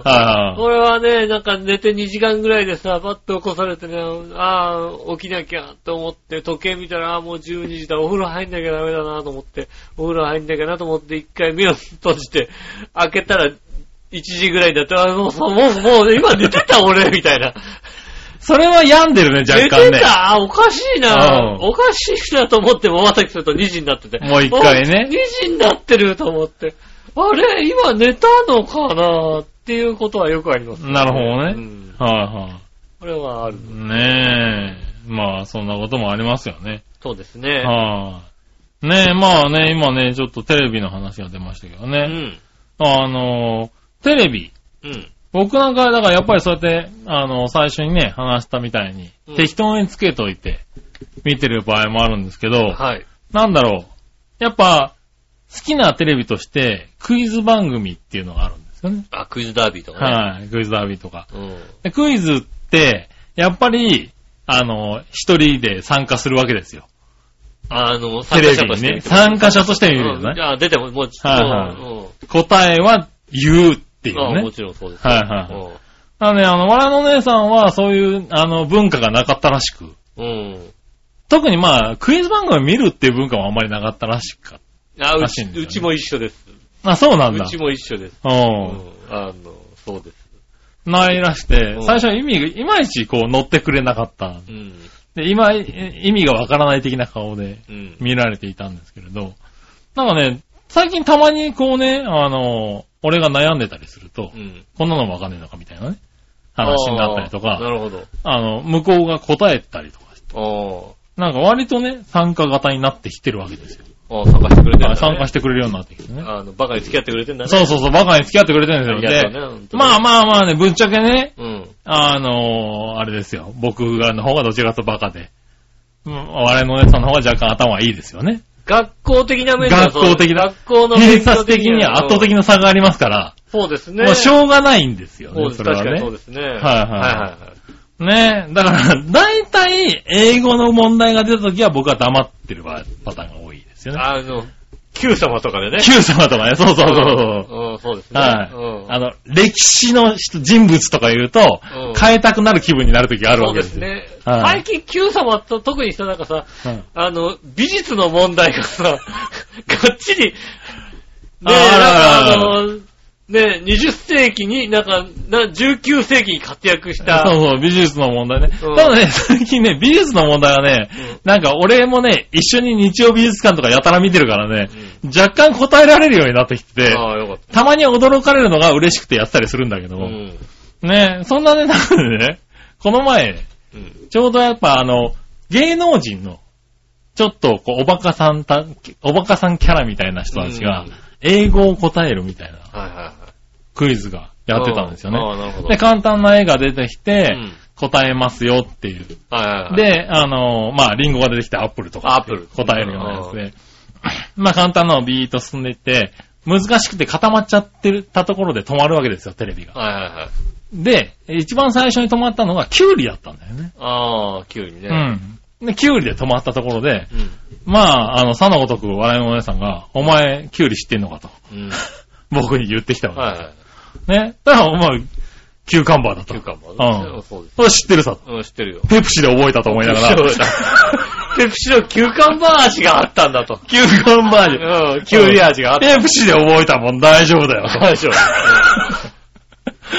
はいこれはね、なんか寝て2時間ぐらいでさ、パッと起こされてね、ああ、起きなきゃと思って、時計見たら、ああ、もう12時だ、お風呂入んなきゃダメだなと思って、お風呂入んなきゃなと思って、一回目を閉じて、開けたら、1時ぐらいだったら、あもう、もう、もう、今寝てた俺、みたいな。それは病んでるね、若干寝ねて。たあおかしいなうんおかしいなと思って、まばたきすると2時になってて。もう一回おね2時になってると思って。あれ今寝たのかなっていうことはよくあります、なるほどねうんはこれはあるい。はい。ねえ。まあ、そんなこともありますよね。そうですね。はい。ねえ、まあね、今ね、ちょっとテレビの話が出ましたけどうね。ん。あの、テレビ。うん。僕なんか、だからやっぱりそうやって、あの、最初にね、話したみたいにうん、適当につけといて、見てる場合もあるんですけど、はい。なんだろう。やっぱ、好きなテレビとして、クイズ番組っていうのがあるんですよね。あ、クイズダービーとかね。はい。クイズダービーとか。うん。でクイズって、やっぱり、あの、一人で参加するわけですよ。あの、参加テレビ者とにしてね。見てます。参加者として見るようんね。あ、出ても、もう、はいはい答えは言うっていうんあうもね。ちろんそうです。はいはいなので、あの、笑いのお姉さんはそういう、あの、文化がなかったらしく。うん。うん。特にまあ、クイズ番組を見るっていう文化もあんまりなかったらしかっあ、うらしち、いんですようねちも一緒です。た。あ、そうなんうだ。ちも一緒です。う。うんん。あの、そうです。ないらしてうん、最初意味が、いまいちこう乗ってくれなかった。うん。で、今、え意味がわからない的な顔でうん。見られていたんですけれど、なんかね、最近たまにこうね、あの、俺が悩んでたりするとう、ん。こんなのもわかんねえのかみたいなね、話になったりとあーなか、るほど。あの、向こうが答えたりとかして、あなんか割とね、参加型になってきてるわけですよ。あ。ああ、参加してくれてるんだ、ね。。参加しててくれるようになってきてね。あの、バカに付き合ってくれてんだね。そうそうそう、バカに付き合ってくれてるんですありがよ。とうで、ね本当にまあまあまあね、ぶっちゃけね、うん。あのー、あれですよ。僕がの方がどちらかとバカで。うん、我のお姉さんの方が若干頭はいいですよね。学校的な面ではそう学校的な学校の偏差値的には圧倒的な。な差がありますから、そうですね。もうしょうがないんですよそうね、ですそれは確かにそうね。ですね。はいはいはねだから、大体、英語の問題が出た時は僕は黙ってるパターンが多いでいすよね。はい。あの、Q 様とかでね。 Q 様とかね、そうそうそうそう。うんうん、そうですね。はい。い。あの、歴史の人人物とか言うとうん、変えたくなる気分になる時があるそわうけでですすよ。ね。はい最近 Q 様と特にさ、なんかさ、うんあの、美術の問題がさ、 がっちり、ねえ、あなんかーあの、ねえ、20世紀に、なんか、な19世紀に活躍した、そうそう、美術の問題ね。うんただね、 最近ね、美術の問題はね、なんか俺もね、一緒に日曜美術館とかやたら見てるからね、若干答えられるようになってきてて、ああ、よかったまに驚かれるのが嬉しくてやってたりするんだけどた。も、ん。ね、そんなね、なんでね、この前、うん。ちょうどやっぱあの、芸能人の、ちょっとこう、おバカさんた、おバカさんキャラみたいな人たちがうん、英語を答えるみたいなはいはいはい。クイズがやってたんですよね。ああ、なるほど。で、簡単な絵が出てきて、うん答えますよっていう。はいはいはい。、で、あの、まあ、リンゴが出てきてアップルとか。アップル答えるようなやつで。まあ、簡単なのをビーッと進んでいって、難しくて固まっちゃってたところで止まるわけですよ、テレビが。はいはいはい。で、一番最初に止まったのがキュウリだったんだよね。ああ、キュウリね。うん。で、キュウリで止まったところで、うん。まあ、あの、佐野ごとく笑いのお姉さんが、お前、キュウリ知ってんのかと、うん。僕に言ってきたわはいはい。け。ね。だから、お前、キューカンバーだと。キュウカンバーうんそうです。それ知ってるさと。うん、知ってるよ。ペプシで覚えたと思いな がら。ペプシのキュウカンバー味があったんだと。キューカンバージョン。うん、キュウリ味があった。ペプシで覚えたもん大丈夫だよ。大丈夫。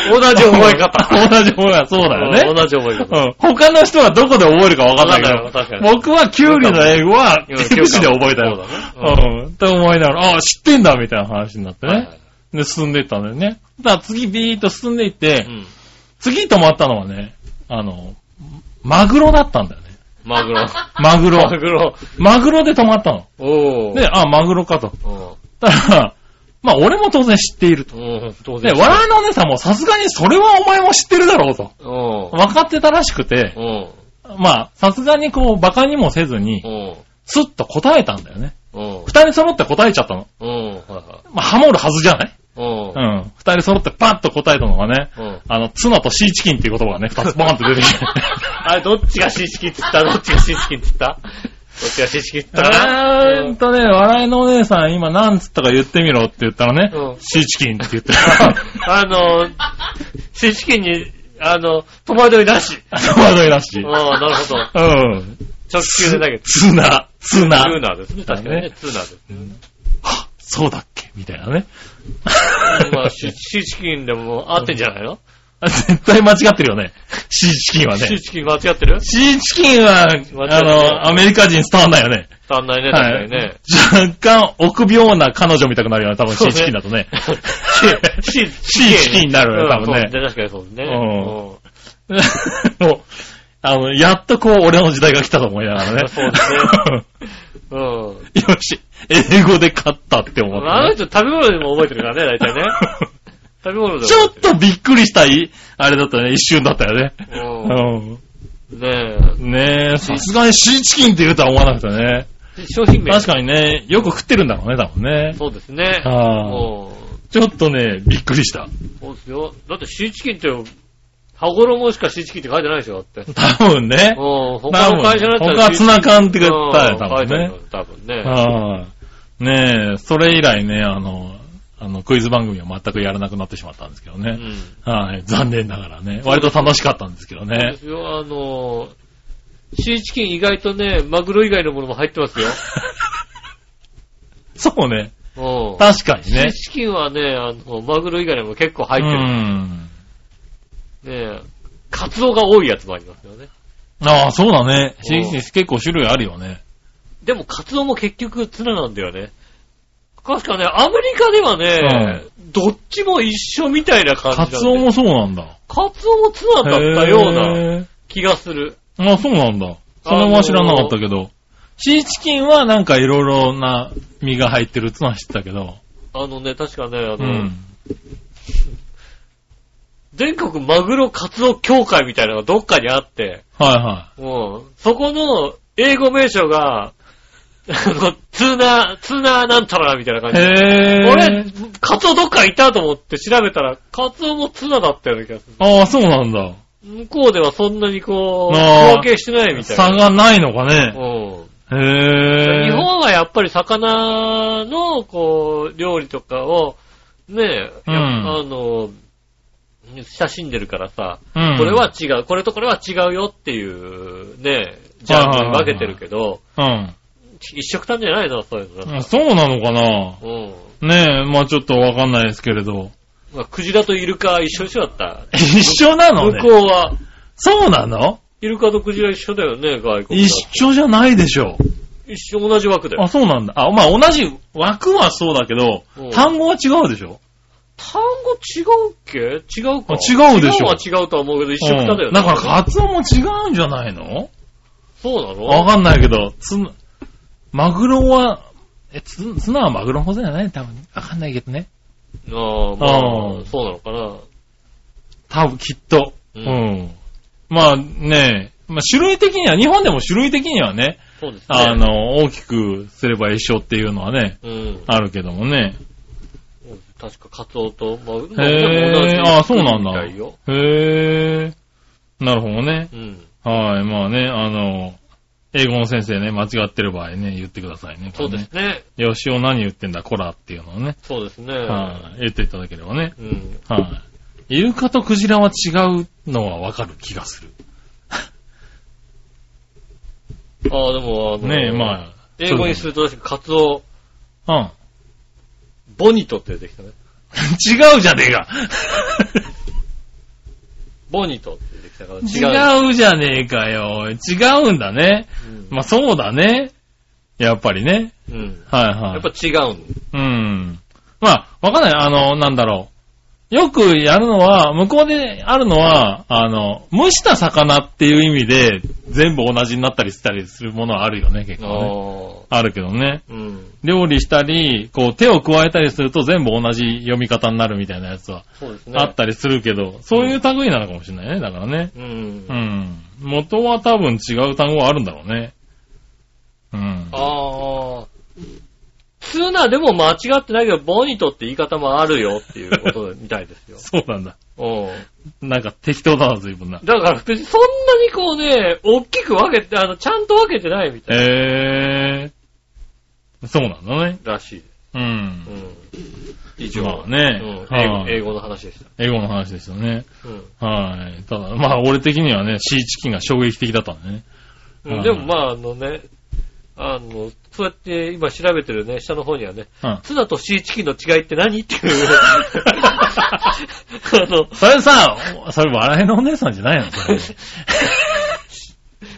同じ覚え方。 同じ覚え方、そうだようねん。同じ覚え方。うん。他の人はどこで覚えるか分かんない分けかんないど、僕はキュウリの英語はペうんプシで覚えたよ。そうだねうん。と思いながら、あ、知ってんだみたいな話になってはいはねい。で、進んでいったんだよね。だから次ビーッと進んでいっうて、ん。次止まったのはね、あの、マグロだったんだよね。マグロ。マグ ロマ。グロ。マグロで止まったの。おー。で、あ、マグロかと。うん。たら、まあ俺も当然知っていると。うん、当で、然。笑いのお姉さんもさすがにそれはお前も知ってるだろうと。うん。分かってたらしくて、うん。まあ、さすがにこう、馬鹿にもせずに、うん。スッと答えたんだよね。うん。二人揃って答えちゃったの。うん。はまあ、ハモるはずじゃないいはう。ん。二人揃ってパッと答えたのがね、うん。うん。あの、ツナとシーチキンっていう言葉がね、二つバーンって出てきて。あれ、どっちがシーチキンっつったどっちがシーチキンっつったどっちがシーチキンっつったかな あーんとね、笑いのお姉さん、今なんつったか言ってみろって言ったらね、うんシーチキンって言 ってあの、シーチキンに、あの、戸惑いなし。戸惑いらしい。ああ、なるほど。うん。直球で投げて。ツナ、ツナ。ツーナーですね。確かにねね。ツーナ ーですね。はそうだっけみたいなね。まあ、シシーチキンでも合ってんじゃないの絶対間違ってるよね。シーチキンはね。シーチキン間違ってるシーチキンは、あの、アメリカ人伝わんないよね。足んないね、確はかいにね。。若干、臆病な彼女みたくなるよね、多分、シーチキンだとね。シー シーチキンになるよね多分ねうんそう確かにそうですね。うんうん もう、あの、やっとこう、俺の時代が来たと思いながらね。そうですねうん。 よし、英語で勝ったって思あのって、人食べ物でも覚えてるから ね、大体ね。食べ物でもちょっ覚えてとびっくりしたい、あれだったね、一瞬だったよね。る。うん。うん。ねねえ、さすがにシーチキンって言うとは思わなくてね。え。商品名。確かにね、よく食ってるんだろうね、多分ね。そうですね。あーうんちょっとね、びっくりした。そうですよ。だってシーチキンって、羽衣しかシーチキンって書いてないでしょ、だって。多分ね。うん、多他分の会社だったら。他はツナ缶って書いてたよ、うん多書い分てあるねよ。多分ね。はいねえ、それ以来ね、あの、あの、クイズ番組は全くやらなくなってしまったんですけどうね。ん。はい、残念ながらね。割と楽しかったんですけどそうでね。すよ、あのー、シーチキン意外とね、マグロ以外のものも入ってますよ。そうね。うん。確かにシーね。チキンはね、あの、マグロ以外にも結構う入ってる。ん。ねえ、カツオが多いやつもありますよね。ああ、そうだね。うんシーズン結構種類あるよね。でも、カツオも結局ツナなんだよね。確かね、アメリカではね、どっちも一緒みたいな感じだカったよツオもそうなんだ。カツオもツナだったようなへ気がする。え。あ、そうなんだ。それは知らなかったけど。シーチキンはなんかいろいろな身が入ってるってのは知ってたけど。あのね、確かね、あの、うん。全国マグロカツオ協会みたいなのがどっかにあって、はいはうん、そこの英語名称が、あの、ツナ、ツナなんたらみたいな感い。じ。へえ。俺、カツオどっかいたと思って調べたら、カツオもツナだったような気がする。ああ、そうなんだ。向こうではそんなにこう、あー貢献してないみたいな。差がないのかね。うん。へえ。日本はやっぱり魚の、こう、料理とかを、ねえ、うんやっぱあの、親しんでるからさ、うんこれは、違う、これとこれは違うよっていう、ねえ、ジャンルに分けてるけど、うん。一色単じゃないの、そういうの。そうなのかなうん。ねえ、まあちょっとわかんないですけれど。まあ、クジラとイルカ一緒一緒だった。 一緒なの向ねこ。うは、そうなのイルカとクジラ一緒だよね、外国一だと緒じゃないでしょ一緒同じ枠だよあ、。そうなんだ。あ、まあ同じ枠はそうだけどうん、単語は違うでしょ単語違うっけ違うか。あ違うでしょ違うは違うとは思うけど、一緒くただよね。うんだからカツオも違うんじゃないのそうなのわかんないけど、つ、マグロは、え、ツツナはマグロのことじゃない多分。わかんないけどね。ああ、まうあ、んそうなのかな。多分、きっと。ううんん。まあねまあ種類的には、日本でも種類的にはね、そうですね。あ、の、大きくすれば一緒っていうのはね、うん。あるけどもね。確かカツオと、まあ、へえ、あそうなんだ。みたいよへえ、なるほどね。うん。はい、まあね、あの、英語の先生ね、間違ってる場合ね、言ってくださいね。そうですね。これね。よしお何言ってんだ、こらっていうのをね、そうですね。はい、言っていただければね。うん。はい。イルカとクジラは違うのはわかる気がする。ああ、でも、あの、ねえ、まあ。英語にすると確かカツオ、うん。 ボニトって出てきたね。違うじゃねえか。ボニトって出てきたから 違う。違うじゃねえかよ。違うんだね。うんまあそうだね。やっぱりね。うん。はいはい。やっぱ違うん。うん。まあ、わかんない。あの、なんだろう。よくやるのは、向こうであるのは、あの、蒸した魚っていう意味で、全部同じになったりしたりするものはあるよね、結あ構ね。あ。あるけどね。うん。料理したり、こう手を加えたりすると全部同じ読み方になるみたいなやつはそうですね。あったりするけど、そういう類なのかもしれないね、だからね。うんう。ん。元は多分違う単語はあるんだろうね。うん。。ああ。ツナでも間違ってないけど、ボニトって言い方もあるよっていうことみたいですよ そうなんだ。うなんか適当だな、随分な。ん。だから別にそんなにこうね、大きく分けて、あの、ちゃんと分けてないみたいえー、そうなんだね。らしい。う。うんん。以上。まあねうん英語はい英語の話でし英語の話でしたね。た。うん。はい。ただ、まあ、俺的にはね、シーチキンが衝撃的だったんでね。うんうんでもまああのね、あの、そうやって今調べてるね、下の方にはね、うん。ツナとシーチキンの違いって何って いう。あの、それさ、それ笑いのお姉さんじゃないのそれ。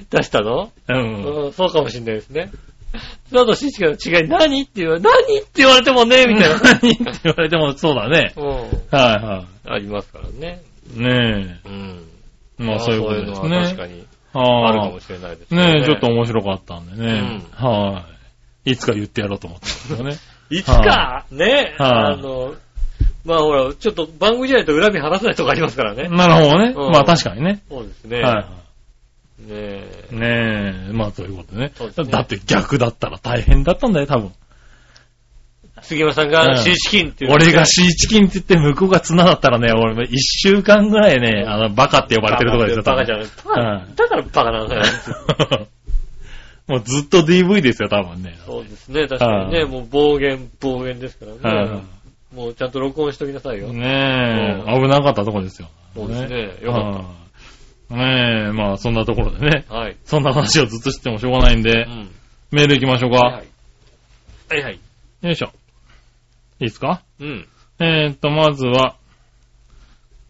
出したのうん。うんそうかもしんないですね。など、シチキの違い、何って言われ、何って言われてもね、みたいな。何って言われても そうだね。うん。はいはありますからね。い。ねうん。え。まあ、そういうことですそういうのは確ねか。にあるかはもしれないですい。ねえ、ちょっと。面白かったんでね。うんはい。いつか言ってやろうと思ってたん だよね。いつか、ね、はいあの、まあほら、ちょっと番組じゃないと恨み話せないとかありますからね。なるほどね。うんまあ、確かにね。そうですね。はいはい。ねえねえ、まあそういうことねそうですねだって逆だったら大変だったんだよ、多分。杉山さんうんがシーチキンっていう。俺がシーチキンって言って向こうが綱だったらね、俺も一週間ぐらいね、あの、バカって呼ばれてるところですよ、バカじゃない。はいだからバカなんだよ。多分 もうずっと DV ですよ、多分ね。そうですね、確かにね、うんもう暴言、暴言ですからね。はもうちゃんと録音しときなさいいよ。ねえ、う危なかったとこですよ。そうですね。よかっはいねえ、まあそんなところでね。た。はい。そんな話をずっとしてもしょうがないんうで、ん。メール行きましょうはか。いはい。はいはい。よいしょ。いいですかうん。えーっと、まずは、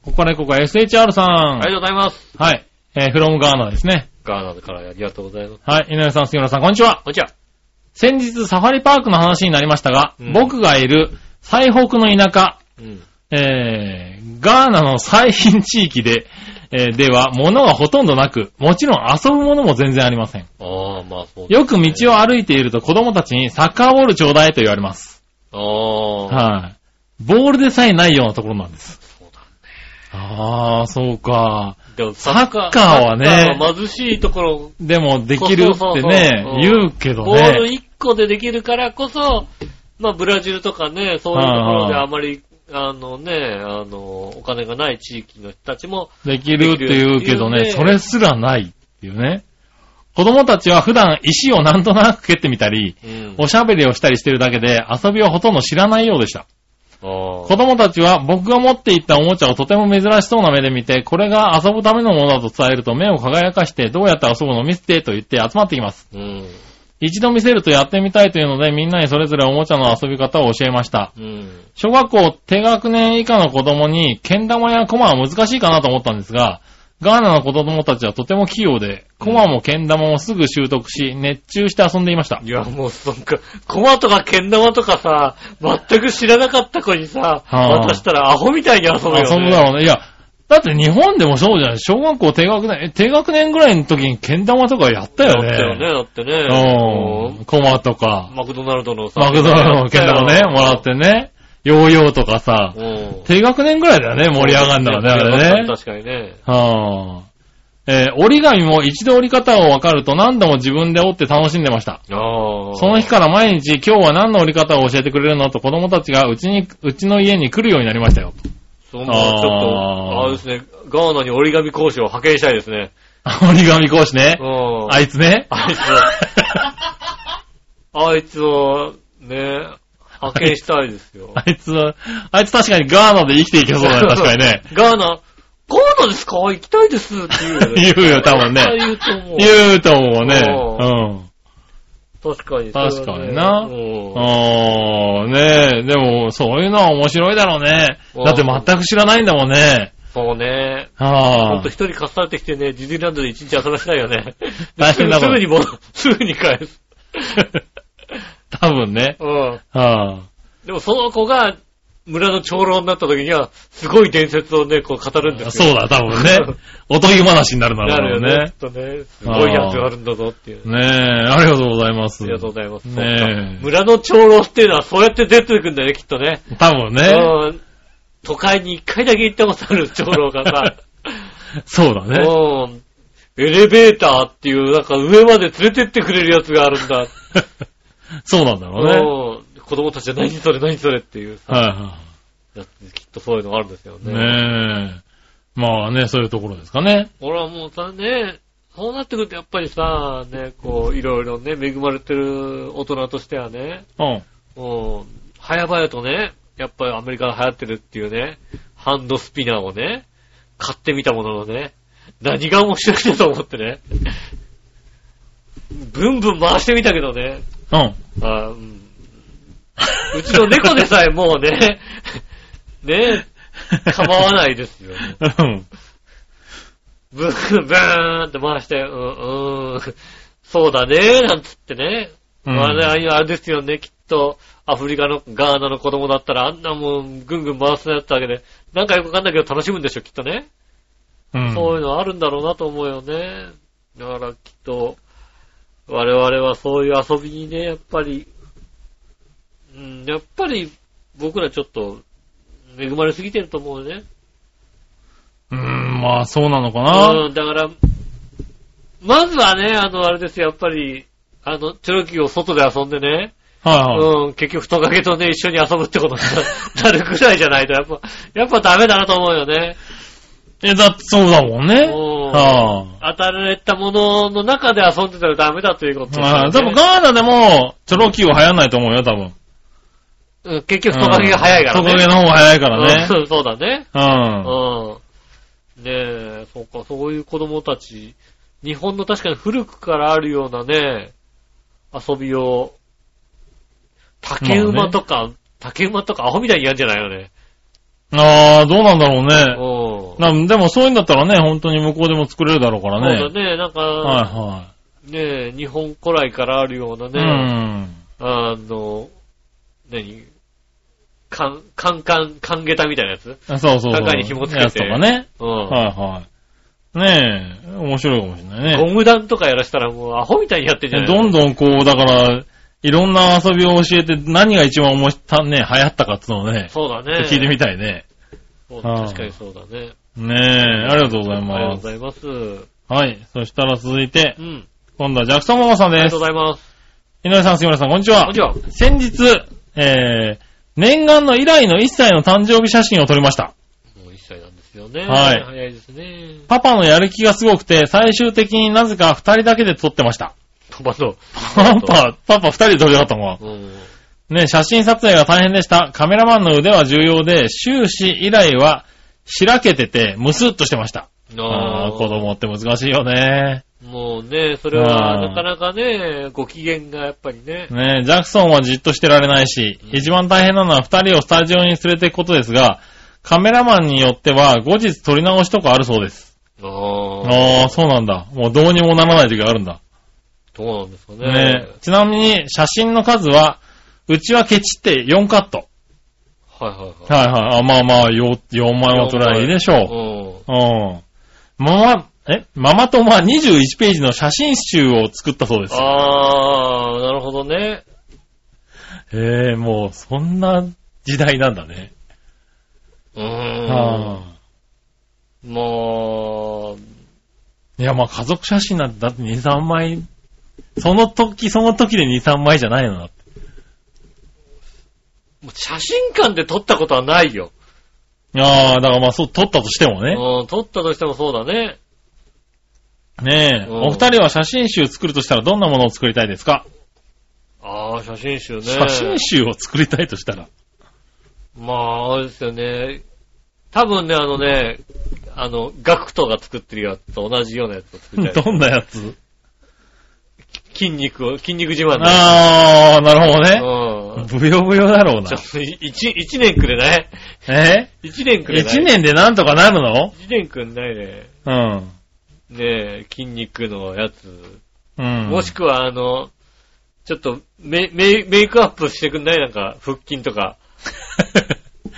ここから行こうか、SHR さん。ありがとうございます。はい。えー、フロムガーナですね。ガーナからありがとうございます。はい、井上さん、杉村さん、こんにちは。こんにちは。先日、サファリパークの話になりましたが、うん僕がいる、最北の田舎、うん。えー、ガーナの最貧地域で、えーでは物がほとんどなく、もちろん遊ぶものも全然ありません。ああ、まあそうよく道を歩いていると子供たちにサッカーボールちょうだいと言われます。を。ああ。はい。ボールでさえないようなところなんです。そうだあー、そうか。でもサッカーはねサッカーは貧しいところ、でも、できそうるっそうてそうねうん、言うけどボールね。 1個でできるからこそ、まあブラジルとかね、そういうところであまり、あのね、あの、お金がない地域の人たちも、できるって言うけどできるっていうねね、それすらないっていうね。子供たちは普段石をなんとなく蹴ってみたり、うんおしゃべりをしたりしてるだけで遊びをほとんど知らないようでした。あ子供たちは僕が持っていったおもちゃをとても珍しそうな目で見て、これが遊ぶためのものだと伝えると目を輝かして、どうやって遊ぶのを見せてと言って集まってきます。ーうん。一度見せるとやってみたいというので、みんなにそれぞれおもちゃの遊び方を教えました。うん。小学校低学年以下の子供に、剣玉やコマは難しいかなと思ったんですが、ガーナの子供たちはとても器用で、コマも剣玉もすぐ習得し、熱中して遊んでいましたい。や、もう、そんか、コマとかけん玉とかさ、全く知らなかった子にさ、あ渡したらアホみたいに遊ぶよ、ね。遊ぶだろうね。いや、だって日本でもそうじゃん。小学校低学年、え低学年ぐらいの時に剣玉とかやったよね。だったよね、だってね。うん。コマとうかん、マクドナルドのさ、マクドナルドの剣玉ね、もらってね。ヨーヨーとかさ、うん。低学年ぐらいだよね、盛り上がるのはね、あれね。確かにね。はあ。えー折り紙も一度折り方を分かると何度も自分で折って楽しんでました。ああ。その日から毎日今日は何の折り方を教えてくれるのと子供たちがうちに、うちの家に来るようになりましたよ。 そうもうちょっと、あーあれですね、ガーナに折り紙講師を派遣したいですね。折り紙講師ねう。ん。あいつね。あいつを、あいつを、ね、派遣したいですよ。あいつ、あいつ確かにガーナで生きていけそうだね、確かにね。ガーナ、ガーナですか行きたいですって言うよね。 言うよ、多分ね絶。対言うと思言うと思ううね。う。確かに。確かになそれうん。はねあー、ねえ、でも、そういうのは面白いだろうね。うんだって全く知らないんだもんね。うんそうね。ほはんとあ一。人かっされてきてね、ディズニーランドで一日遊ばせないよね。 大変だすもんぐに戻、すぐに返 す。多分ね。うん。はでもその子が村の長老になった時には、すごい伝説をね、こう語るんあ。ですそうよ。だ、多分 ね。おとぎ話になるだなるろようねね。。きっとね、すごいやつがあるんだぞっていう。ねえ、ありがとうございますあり。がとうございます。ねえ村の長老っていうのはそうやって出てくるんだよね、きっとね。多分ね。うん都会に一回だけ行ったことある長老が さ、そうだね。うんエレベーターっていう、なんか上まで連れてってくれるやつがあるんだ。 そうなんだろうね。うん子供たちは何それ何それっていうさ、はいはい。だってきっとそういうのがあるんですよね。ねえ。まあね、そういうところですかね。俺はもうさ、ね、そうなってくるとやっぱりさ、ね、こう、いろいろね、恵まれてる大人としてはね、うん。もう、早々とね、やっぱりアメリカで流行ってるっていうね、ハンドスピナーをね、買ってみたもののね、何が面白いんだと思ってね、ブンブン回してみたけどね、うん。あーうん、うちの猫でさえもうね、ね、構わないですよ。 うん。ブーン、ブーンって回して、うん、うーん、そうだね、なんつってね。うんまあね、ああいうあれですよね、きっと、アフリカの、ガーナの子供だったら、あんなもん、ぐんぐん回すやったわけで、なんかよくわかんないけど楽しむんでしょ、きっとね。うん。そういうのあるんだろうなと思うよね。だからきっと、我々はそういう遊びにね、やっぱり、うん、やっぱり、僕らちょっと、恵まれすぎてると思うね。うん、まあそうなのかな。うん、だから、まずはね、あの、あれですよ、やっぱり、あの、チョロキーを外で遊んでね、はいはい。うん、結局トカゲとね、一緒に遊ぶってことにななるく らいじゃないと、やっぱ、やっぱダメだなと思うよね。え、だってそうだもんね。うんは当たられたものの中で遊んでたらダメだということあ。だよね、まあ、多分ガーナでも、チョロキーは流行んないと思うよ、多分。うん結局トカゲが早いからね。トカゲの方が早いからね。うんそうだね。う。うんん。ねえ、そうか、そういう子供たち、日本の確かに古くからあるようなね、遊びを、竹馬とか、竹馬とかアホみたいにやんじゃないよね。ああ、どうなんだろううね。ん。なんでもそういうんだったらね、本当に向こうでも作れるだろうからね。そうだね、なんか、はねえ、日本古来からあるようないね、はあい。の、何カン、カンカン、カンゲタみたいなやつうん。そうそうそう。中に紐つけてやつとかね。うはん。いはい。ねえ、面白いかもしれないゴね。ム弾とかやらしたらもうアホみたいにやってんじゃないどんどんこう、だから、いろんな遊びを教えて何が一番面白い、ね、流行ったかっつうのをね、そうだね。聞いてみたいね。そううん確かにそうだね。ねえ、ありがとうございありがとうまごす。ざいます。うはい。そしたら続いて、ん。今度はジャクソンママさあんりでがすとう。ございます。井上さん、杉村さん、こんにちは。こんにちは。先日、えー、念願の以来の1歳の誕生日写真を撮りました。もう一歳なんですよね。はい早いですね。パパのやる気がすごくて、最終的になぜか2人だけで撮ってました。トマト。パパ、パパ2人で撮りたかったもん。うん。ね、写真撮影が大変でした。カメラマンの腕は重要で、終始以来は、しらけてて、ムスッとしてました。ああー、子供って難しいよね。もうね、それはうんなかなかね、ご機嫌がやっぱりね。ねジャクソンはじっとしてられないし、うん一番大変なのは二人をスタジオに連れて行くことですが、カメラマンによっては後日撮り直しとかあるそうです。あああ、そうなんだ。もうどうにもならない時があるんだ。どうなんですかね。ねちなみに写真の数は、うちはケチって4カット。はいはいはい。はいはい。あまあまあ、4, 4枚は撮らないでしょう。ょうん。ママ、え、ママ友は21ページの写真集を作ったそうです。ああ、なるほどね。へえ、もう、そんな時代なんだね。うーあん。あもいや、まあ家族写真なんて、だって2、3枚、その時、その時で2、3枚じゃないのだって。う、もう写真館で撮ったことはないよ。ああ、だからまあそう、撮ったとしてもね。うん、撮ったとしてもそうだね。ねえ、うんお二人は写真集作るとしたらどんなものを作りたいですか、ああ、写真集ね。写真集を作りたいとしたら。まあ、あれですよね。多分ね、あのね、あの、ガクトが作ってるやつと同じようなやつを作りたい。どんな やつ筋肉を、筋肉自慢だ。ああ、なるほどうね。ん。ブヨブヨだろうなちょ。っと、い一、一年くれないえ一年くれない一年でなんとかなるの一年くんないね。うん。ねえ、筋肉のやつ。うん。もしくは、あの、ちょっとメ、メイ、メイクアップしてくんないなんか、腹筋とか。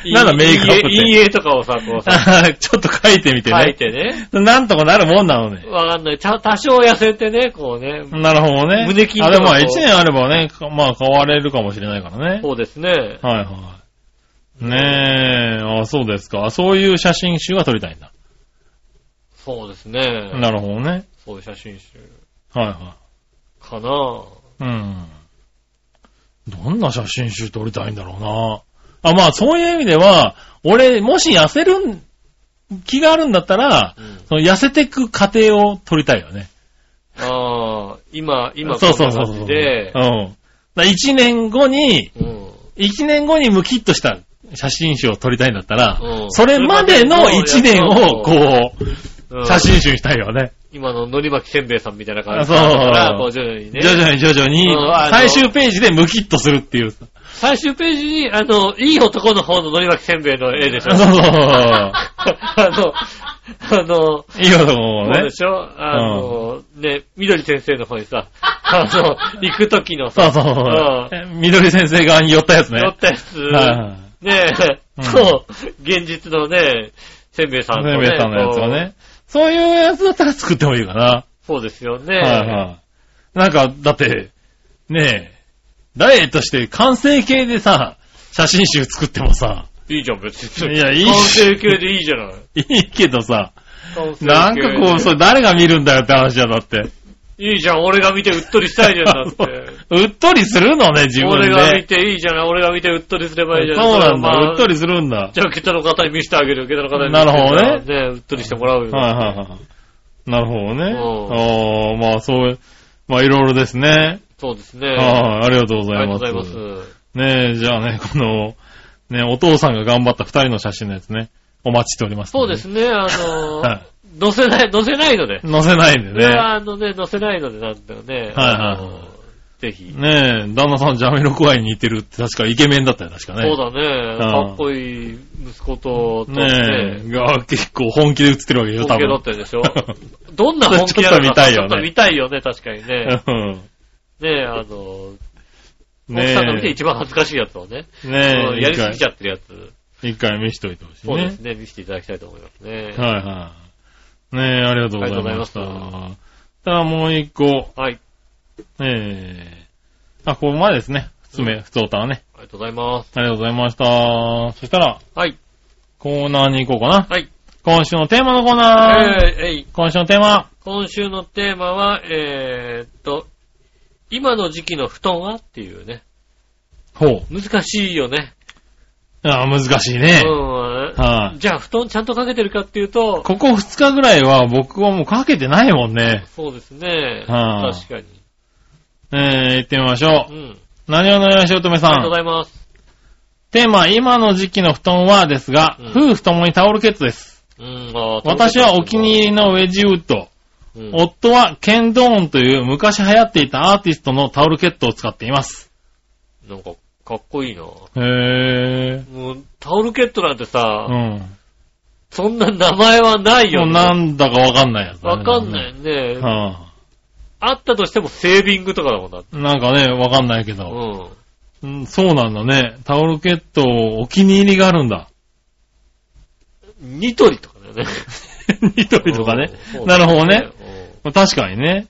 なんだメイクアップって陰影陰影とかをさ、こう さ、あー ちょっと書いてみて書いね。てね。なんとかなるもんなのね。わかんない。ちゃ多少痩せてね、こうね。なるほどね。胸筋とかあ、でもまこあう一年あればね、かまあ変われるかもしれないからね。そうですね。はいはい。ねえ、あそうですか。そういう写真集が撮りたいんだ。そうですね。なるほどね。そういう写真集はいはかな。い。うん。どんな写真集撮りたいんだろうな。あ、まあそういう意味では、俺、もし痩せるん気があるんだったら、うんその痩せてく過程を撮りたいよね。ああ、今、今こそうそんうなそう感そう。じでう、ん。だ1年後に、うん。一年後にムキッとした写真集を撮りたいんだったら、うんそれまでの一年を、それこうんう、写真集にしたいよね。今ののり巻きせんべいさんみたいな感じあそうから、こう徐々にね。徐々に徐々にうんあ、の最終ページでムキッとするっていう。 そう最終ページに、あの、いい男の方ののり巻きせんべいの絵でしそょう。そう。 あの、あの、 いいよ、と思うそうねで。しょあの、ね、緑先生の方にさ、あの、行く時のさ、そうそうそう。え緑先生側に寄ったやつね。乗ったやつ、はいはいねうえ、んそう、現実のね、せんべいさんとねね、ベさんのやつをね。そういうやつだったら作ってもいいかな。こう。そうですよね。はいはい。なんか、だって、ねえ、ダイエットして完成形でさ、写真集作ってもさ、いいじゃん、別に。いやいい完成形でいいじゃない。いいけどさ、完成形でなんかこう、それ誰が見るんだよって話じゃだって。いいじゃん、俺が見てうっとりしたいじゃん、だって。うっとりするのね、自分俺で。が見ていいじゃない、俺が見てうっとりすればいいじゃない。そうなんれはまだ、あうっとりするんだ。ジャケットの方に見せてあげる、ジャケットの方に見なせてるあげほどねね、うっとりしてもらうよ。はいはいはい。なるほどね。うああ、まあそういう、まあいろいろですね。そうですね。ああー、ありがとうごありざがいまとうごす。ざいます。ねえ、じゃあね、この、ね、お父さんが頑張った二人の写真のやつね、お待ちしております、そうです。ね、あはの載い、せない、載せないので。載せないんでそれね。はあのね、載せないのでなんだよね。はいはいあのぜひ。ねえ、旦那さんジャミロクワイに似てるって確かイケメンだったよ、確かね。そうだね。うんかっこいい息子と、とねえ、が結構本気で映ってるわけでしょ、多本気だっ分。たでしょ どんな本気なのかちょっと見たいよちねょっと見たいよね、確か にね。ねえ、あの、うん奥ねさんが見て一番恥ずかしいやつをね。え、うねんえ、やりすぎちゃゃってるやつ。一回見しといてほしいそうでねす。ね、見せていただきたいと思いますね。はいはい。ねえ、ありがとうございました。ありがとうございさあ、もう一個。はい。ええあ、ここまでですね。ふつめ、ふつおたはね。ありがとうございます。ありがとうございました。そしたら、はい。コーナーに行こうかな。はい。今週のテーマのコーナー。えーえい。今週のテーマ。今週のテーマは、えーっと、今の時期の布団はっていうね。ほう。難しいよね。ああ、難しいね。うん。はいじゃあ、布団ちゃんとかけてるかっていうと、ここ2日ぐらいは僕はもうかけてないもんね。そうですね。はい確かに。えー、行ってみましょうう。ん。何をのよしおとめさありがとうござん。います。テーマ、今の時期の布団はですが、うん夫婦ともにタオルケットです。うん、あー私はお気に入りのウェジウッド。うん夫はケンドーンという昔流行っていたアーティストのタオルケットを使っています。なんか、かっこいいな。へー。もう、タオルケットなんてさ、うん。そんな名前はないもようね。なんだかわかんないやつだわねかんないね。はあったとしてもセービングとかだもんだって。あ、なんかね、わかんないけうど、ん。うんそうなんだね。タオルケットお気に入りがあるんだ。 ニトリとかだよね。ニトリとかねう。んなるほどね。。そうだまあ確かにね。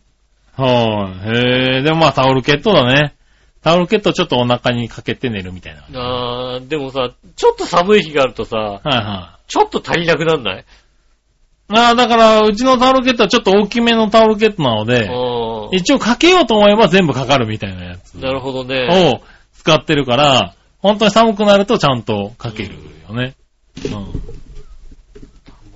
はい。へえ、でもまあタオルケットだね。タオルケットちょっとお腹にかけて寝るみたいな。うんあーでもさ、ちょっと寒い日があるとさ、はいはちょっと足りなくなんないい。ああ、だから、うちのタオルケットはちょっと大きめのタオルケットなので、う一応かけようと思えば全部かかるみたいなやつん。なるほどね。を使ってるから、本当に寒くなるとちゃんとかけるよね。うん。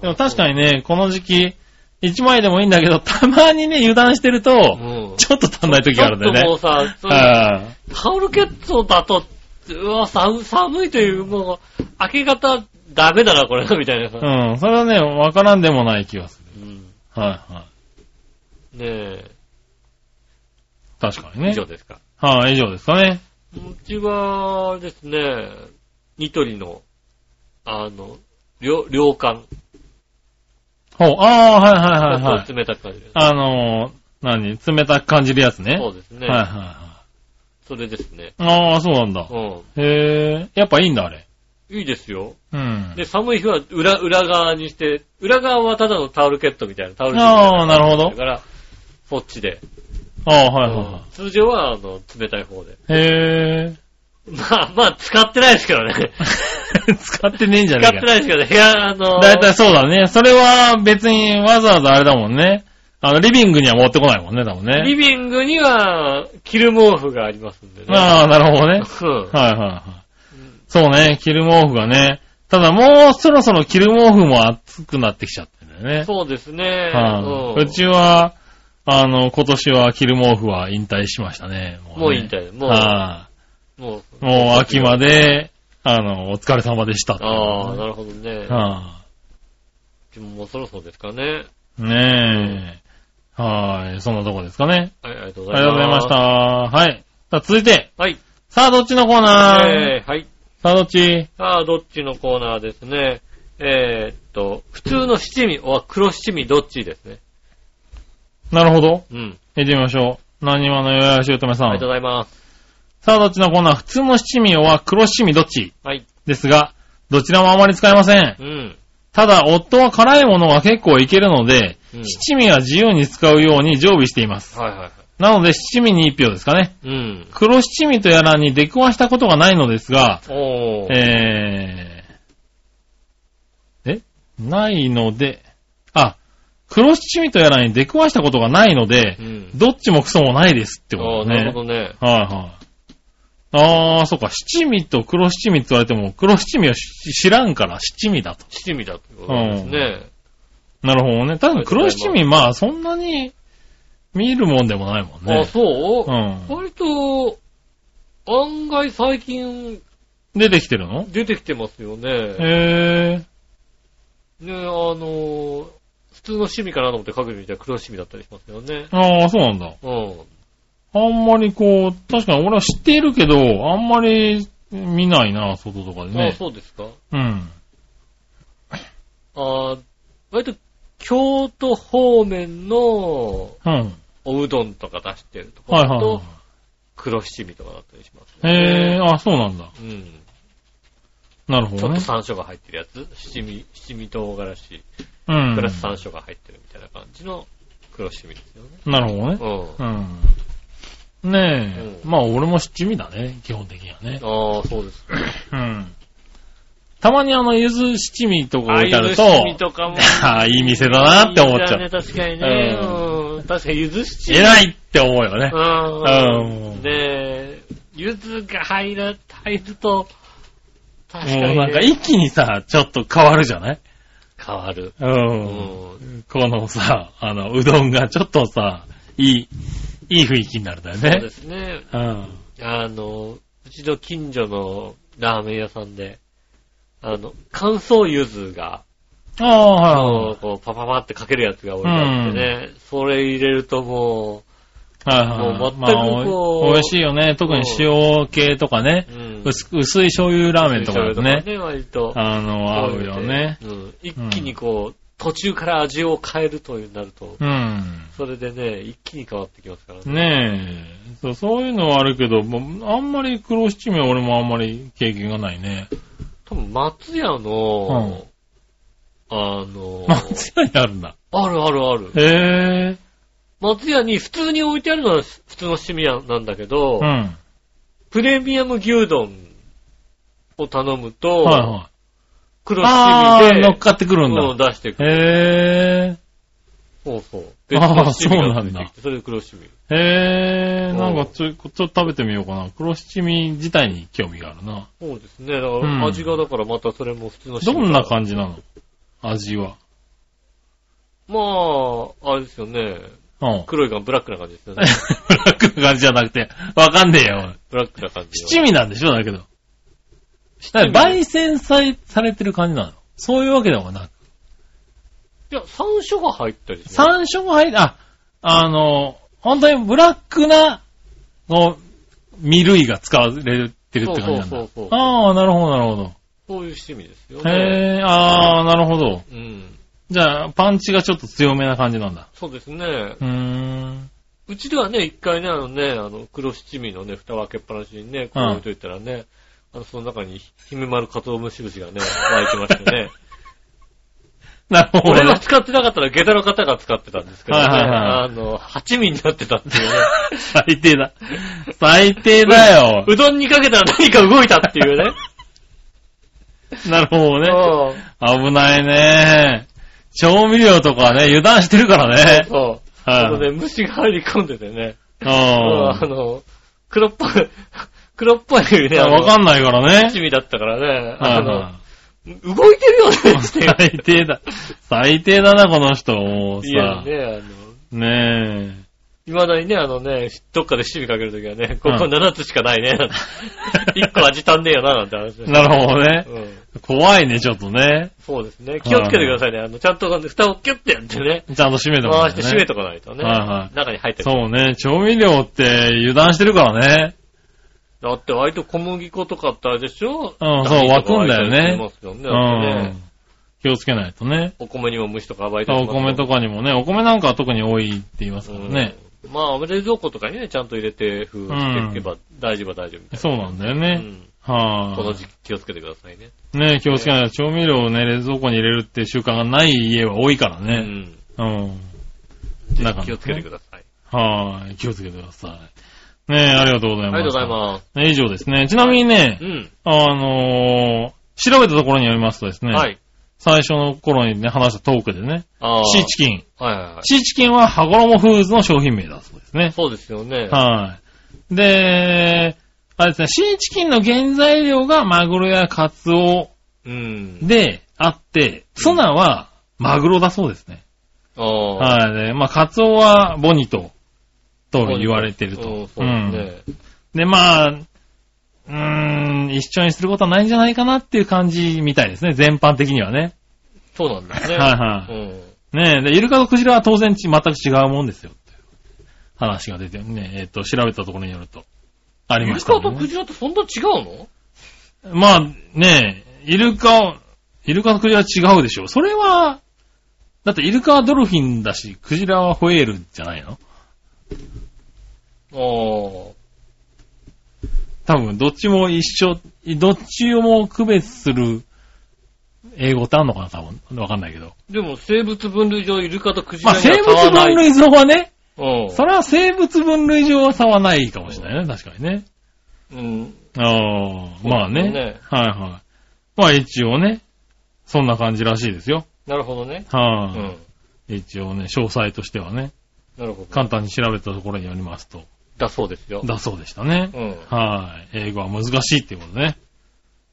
でも確かにね、この時期、一枚でもいいんだけど、たまにね、油断してるうと、ん。ちょっと足んない時ちがあょるっんだとよね。もうさ、そういうはタオルケットだと、うわ、寒寒いという、もう、明け方ダメだな、これ、みたいなさ。い。うん。それはね、わからんでもない気がすうん。ねる。はいはえ。い。確かに以ね。上ですか。はい、以上ですかね。うちは、あれですね、ニトリの、あの、量量感。ほう、ちょああ、はいはいはいはっいと。冷たく感じる。あのー、何冷たく感じるやつね。そうですね。はいはいはそれですね。い。ああ、そうなんだ。うん。へえ、やっぱいいんだ、あれ。いいですよ。うん。で、寒い日は裏、裏側にして、裏側はただのタオルケットみたいな、タオルケットみたいああ、なるほな。どだ。から、そっちで。ああ、はいはいうんは通常は、あの、冷たい方で。い。へまあ、まあ、使ってないですけ どね。え。使ってねえんじゃね使ってえか。ないですけどね。部屋、あの、だいたいそうだね。それは別にわざわざあれだもんね。あの、リビングには持ってこないもんね、多分リね。ビングには、着る毛布がありますんでね。ああ、なるほどね。うん。 はいはいはい。そうね、着る毛布がね。ただもうそろそろ着る毛布も暑くなってきちゃってんだよね。そうですね。はんい、うちは、あの、今年は着る毛布は引退しましたね。ももう引ね。退。もう、はもい。もう秋ま。で、あの、お疲れ様でしたっていうね。ああ、なるほどね。はでももうそろそろですかね。い。ねえ。はい。そんなとこですかね。はい、ありがとうあござりがいとます。うございました。はい。さあ、続いて。はい。さあ、どっちのコーナー、えー、はい。さあ、どっちさあ、どっちのコーナーですね。えー、っと、普通の七味、お黒七味どっちですね。なるほど。うん。行ってみましょう。何話のよやしおとめさ。ありがとうんございます。さあ、どっちのコーナー普通の七味は黒七味どっちはい。ですが、どちらもあまり使えません。うん。ただ、夫は辛いものが結構いけるので、うん七味は自由に使うように常備しています。はいはいはい。なので、七味に一票ですかね。うん。黒七味とやらに出くわしたことがないのですが、おー。えー、えないので、あ、黒七味とやらに出くわしたことがないのでう、ん。どっちもクソもないですってこあとー、でなすねる。ほどね。はいはい。あー、そっか、七味と黒七味って言われても、黒七味は知知らんから七味だと。七味だってことですね。なるほどね。ただ黒七味、まあそんなに見るもんでもないもんあ、ね。そう、う割と、案外最近ん。出てきてるの出てきてますよね。へえ。ね、あのー、普通の趣味かなと思ってかけてみたら黒趣味だったりしますよね。ああ、そうなんだ。うん。あんまりこう、確かに俺は知っているけど、あんまり見ないな、外とかであね。そうですか。うん。あー割と、京都方面のうん。おうどんとか出してるとこはいろはと、黒七味とかだったりしますい。へえ、あ、そうなんだ。うん。なるほちょっどとね。山椒が入ってるやつ七味、七味唐辛子、うんプラス山椒が入ってるみたいな感じの黒七味ですよね。なるほどね。うん。うあん。ねえ、うんまあ俺も七味だね、基本的にはね。あー、そうですか。うん。たまにあの、ゆず七味とかああ置いいてあうると、七味とかも。ああ、いい店だなって思っちゃいいんう。だね、確かにね。ううん。確かに、ゆず七味。偉いって思うよね。うん。うねんえ、ゆずが入ら、入ると、確かに、もね。うなんか一気にさ、ちょっと変わるじゃない変わる。う。うんん。このさ、あの、うどんがちょっとさ、いい、いい雰囲気になるんだよそうでね。すね。うん。あの、うちの近所のラーメン屋さんで、あの、乾燥ゆずが、ああ、こはうこうパパパってかけるやつが置いてあってね、それ入れるともいはいはい。もう全くまあこうおい美味しいよね。特に塩系とかねう、。うん。薄く薄い醤油ラーメンとかだとね。ね、割と。あの、合うよね。うん。一気にこう、途中から味を変えるというなると、うん。それでね、一気に変わってきますからね。ねえ。そうそういうのはあるけど、もうあんまり黒七味は俺もあんまり経験がないね。多分、松屋の、あの、松屋にあるんだ。あるあるある。へえ。松屋に普通に置いてあるのは普通のシミヤなんだけど、うん。プレミアム牛丼を頼むと、はいはい。黒あシミあ、で、乗っかってくるんうんだ。出してくる。へそうそう。あー別の七味そうなが出んてだきてそれで黒シミ。え。へえ。うんなんかちょ、ちょっと食べてみようかな。黒七味自体に興味があるな。そうですね。だかうんら味がだからまたそれも普通のシミどヤんな感じなの味は。まあ、あれですよね。うん。 黒いがブラックな感じですよブラね。ックな感じじゃなくて、わかんねえよ。ブラックな感じの。七味なんでしょだけど。味焙煎さされてる感じなのそういうわけでもなく。いや、山椒が入ったりする。山椒が入っあ、あの、本当にブラックな、こう、味類が使われてるって感じなんそうだそうそうそう。ああ、なるほど、なるほど。そういう趣味ですよね。へえ、ああ、なるほど。うん。じゃあ、パンチがちょっと強めな感じなんだ。そうですね。うーん。うちではね、一回ね、あのね、あの、黒七味のね、蓋を開けっぱなしにね、こう置いといたらね、あの、その中に、ひめ丸かつお節節がね、湧いてましてね。なるほど俺ねが。使ってなかったら、下駄の方が使ってたんですけどね、はいはいはいあの、八味になってたっていうね。最低だ。最低だよ。うどんにかけたら何か動いたっていうね。なるほどね。うん危ないね。調味料とかね、油断してるからね。そう。あのはね、い。虫が入り込んでてね。うんああの、黒っぽい、黒っぽいね、あ。あのわかんないからね。七味だったからね、はあいはの、動いてるよね いっていう。最低だ。最低だな、この人。もういやさ。ね、あの、ねいまだにね、あのね、どっかで七味かけるときはね、ここうん7つしかないね、なんて一個味足んねえよな、なんて話え。なるほどね。うん。怖いね、ちょっとね。そうですね。気をつけてくださいね。あの、ちゃんと蓋をキュッてやってね、ちゃんと閉めてもら回っしててね。閉めとかないとね、はいは中に入ってる。そうね、調味料って油断してるからね。だって割と小麦粉とかってあれでしょうんそうダミーとか湧くんだよね湧いたりしますよね。うだってねん。気をつけないとね。お米にも虫とか暴いてお米とかにもね、お米なんかは特に多いって言いますからね。うん。まあ、冷蔵庫とかにね、ちゃんと入れて封をしていけば大丈夫は大丈夫みたいそうなんだよな。ね。うんこのは時期気をつけてくださいね。い。ね気をつけないと調味料をね、冷蔵庫に入れるっていう習慣がない家は多いからうね。ん。うん。ぜひなかなかね気をつけてください。はい。気をつけてください。ねありがとうござありいます。がとうございすます。。以上ですね。ちなみにねう、ん。あのー調べたところによりますとですね、はい。最初の頃にね、話したトークでね、あーシーチキン。はいはいはシーチキンは羽衣フーズの商品名だそうですい。ね。そうですよね。はい。で、あれですね、シーチキンの原材料がマグロやカツオうん。であって、ツナはマグロだそうですね。ああ。はい。で、まあ、カツオはボニトと言われてるうんと。そうですね。うんで、まあ、うーん、一緒にすることはないんじゃないかなっていう感じみたいですね、全般的にはね。そうなんですはね。いはいうん。ねえ、で、イルカとクジラは当然ち全く違うもんですよ。話が出てね、えっ、と、調べたところによると、ありイまルしたカね、とクジラってそんな違うのまあ、ねえ、イルカ、イルカとクジラは違うでしょ。それは、だってイルカはドルフィンだし、クジラはホエールじゃないのあ多分、どっちも一緒、どっちも区別する英語ってあんのかな多分。わかんないけど。あ。でも生物分類上イルカとクジまラあ、には生差は物ない。分類上はね、類うん。それは生物分類上は差はないかもしれないね。確かにね。うん。ああ、まあそうね。ですねはいはい。まあ一応ね、そんな感じらしいですよ。なるほどね。うはい、ん。一応ね、詳細としてはね、なるほど。簡単に調べたところによりますと、だそうですよ。だそうでしたね。うん。はい、英語は難しいっていうことね。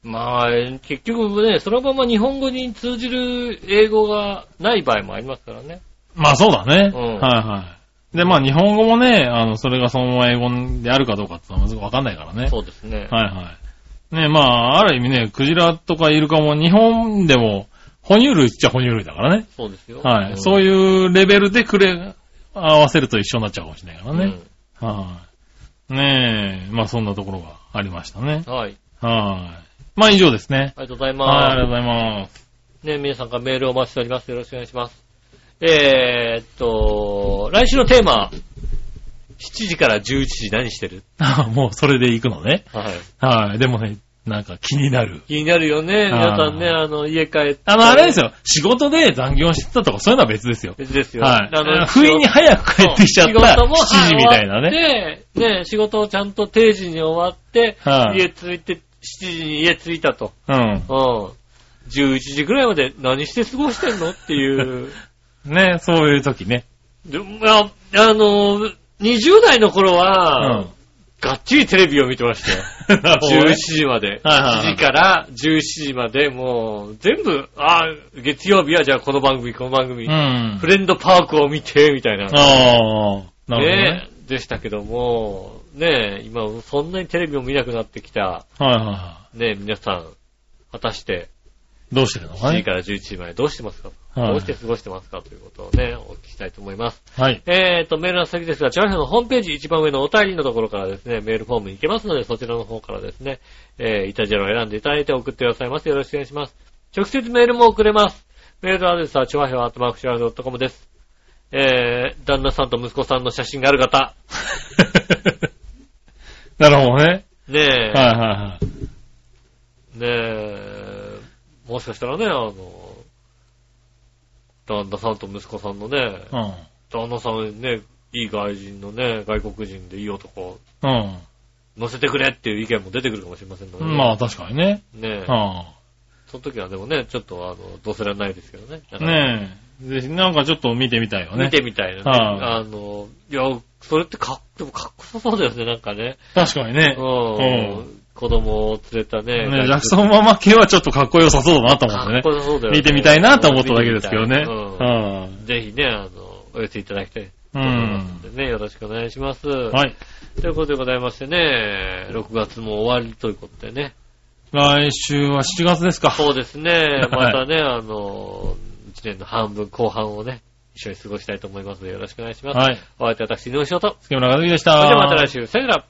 まあ、結局ね、そのまま日本語に通じる英語がない場合もありますからね。まあそうだね。うんはいはい。で、まあ日本語もね、あの、それがそのまま英語であるかどうかってのはわかんないからね。そうですね。はいはい。ねまあ、ある意味ね、クジラとかイルカも日本でも、哺乳類っちゃ哺乳類だからね。そうですよ。はい。そういいうレベルでくれ、合わせると一緒になっちゃうかもしれないからうね。はい。ねえ、まあそんなところがありましたね。んはい。はい。まあ以上ですね。ありがとうございはい、まありがとうございます。す。ね、皆さんからメールをお待ちしております。よろしくお願いします。えーっと、来週のテーマ、7時から11時何してるあ もうそれで行くのね。はい。はい。でもね、なんか気になる。気になるよね。皆さんね、ああの、家帰って。あの、あれですよ。よ。仕事で残業してたとか、そういうのは別ですよ。別ですよ。はい。あの不意に早く帰ってきちゃった仕事も7時みたいなね。ね。で、ね、仕事をちゃんと定時に終わって、はい家着いて、7時に家着いたと。うん。うん。11時ぐらいまで何して過ごしてんのって いう。ね、そういう時ね。でもああの、20代の頃うは、ん。がっちりテレビを見てました よ。なるほどね11時まで。はいはいはい7時から17時まで、もう、全部、あー月曜日はじゃあこの番組、この番組、うんフ。レンドパークを見て、みたいな。ああ、なるほどね。ねでしたけども、ねえ、今、そんなにテレビを見なくなってきた、はいはいはねえ、皆さん、果たして、い。どうしてるのか7時ねか。ら11時までどうしてますか、はいどうして過ごしてますかということをね、お聞きしたいと思います。はい。 えーと、メールの先ですが、チャワヒョのホームページ一番上のお便りのところからですね、メールフォームに行けますので、そちらの方からですね、えー、イタジェラを選んでいただいて送ってくださいます。よろしくお願いします。直接メールも送れます。メールアドレスは、チョアヘアアットマークシュアドットコムです。えー、旦那さんと息子さんの写真がある方、なるほどね。ねえ、はいねはえ、もしかしたらね、あの、旦那さんと息子さんのね、いはい。旦那さんね、いい外人のね、外国人でいい男、うん。乗せてくれっていう意見も出てくるかもしれませんので、うん。まあ確かにね。ねえ、うその時はでもね、ちょっとあの、どうせられないですけどね。だん。からねえ。ぜひ、なんかちょっと見てみたいよね見。てみたいなね。はあの、いや、それってかっ、でもかっこよさそうだよね、なんかね。確かにねう。。うん子供を連れたね。ねジャクソンママ系はちょっとかっこよさそうだなと思っかてっねこ。よさそうだよね。見てみたいなと思っただけですけどね。うんうぜひね、あの、お寄せいただきたいとん。う思いますんの。でね、よろしくお願いします。はい。ということでございましてね、6月も終わりということでね。来週は7月ですか。、そうですねまたね、あの、1年の半分後半をね、一緒に過ごしたいと思いますので、よろしくお願いします。はい。お相手は私、井上翔と。月村和樹でしそた。れではまた来週、さよなら。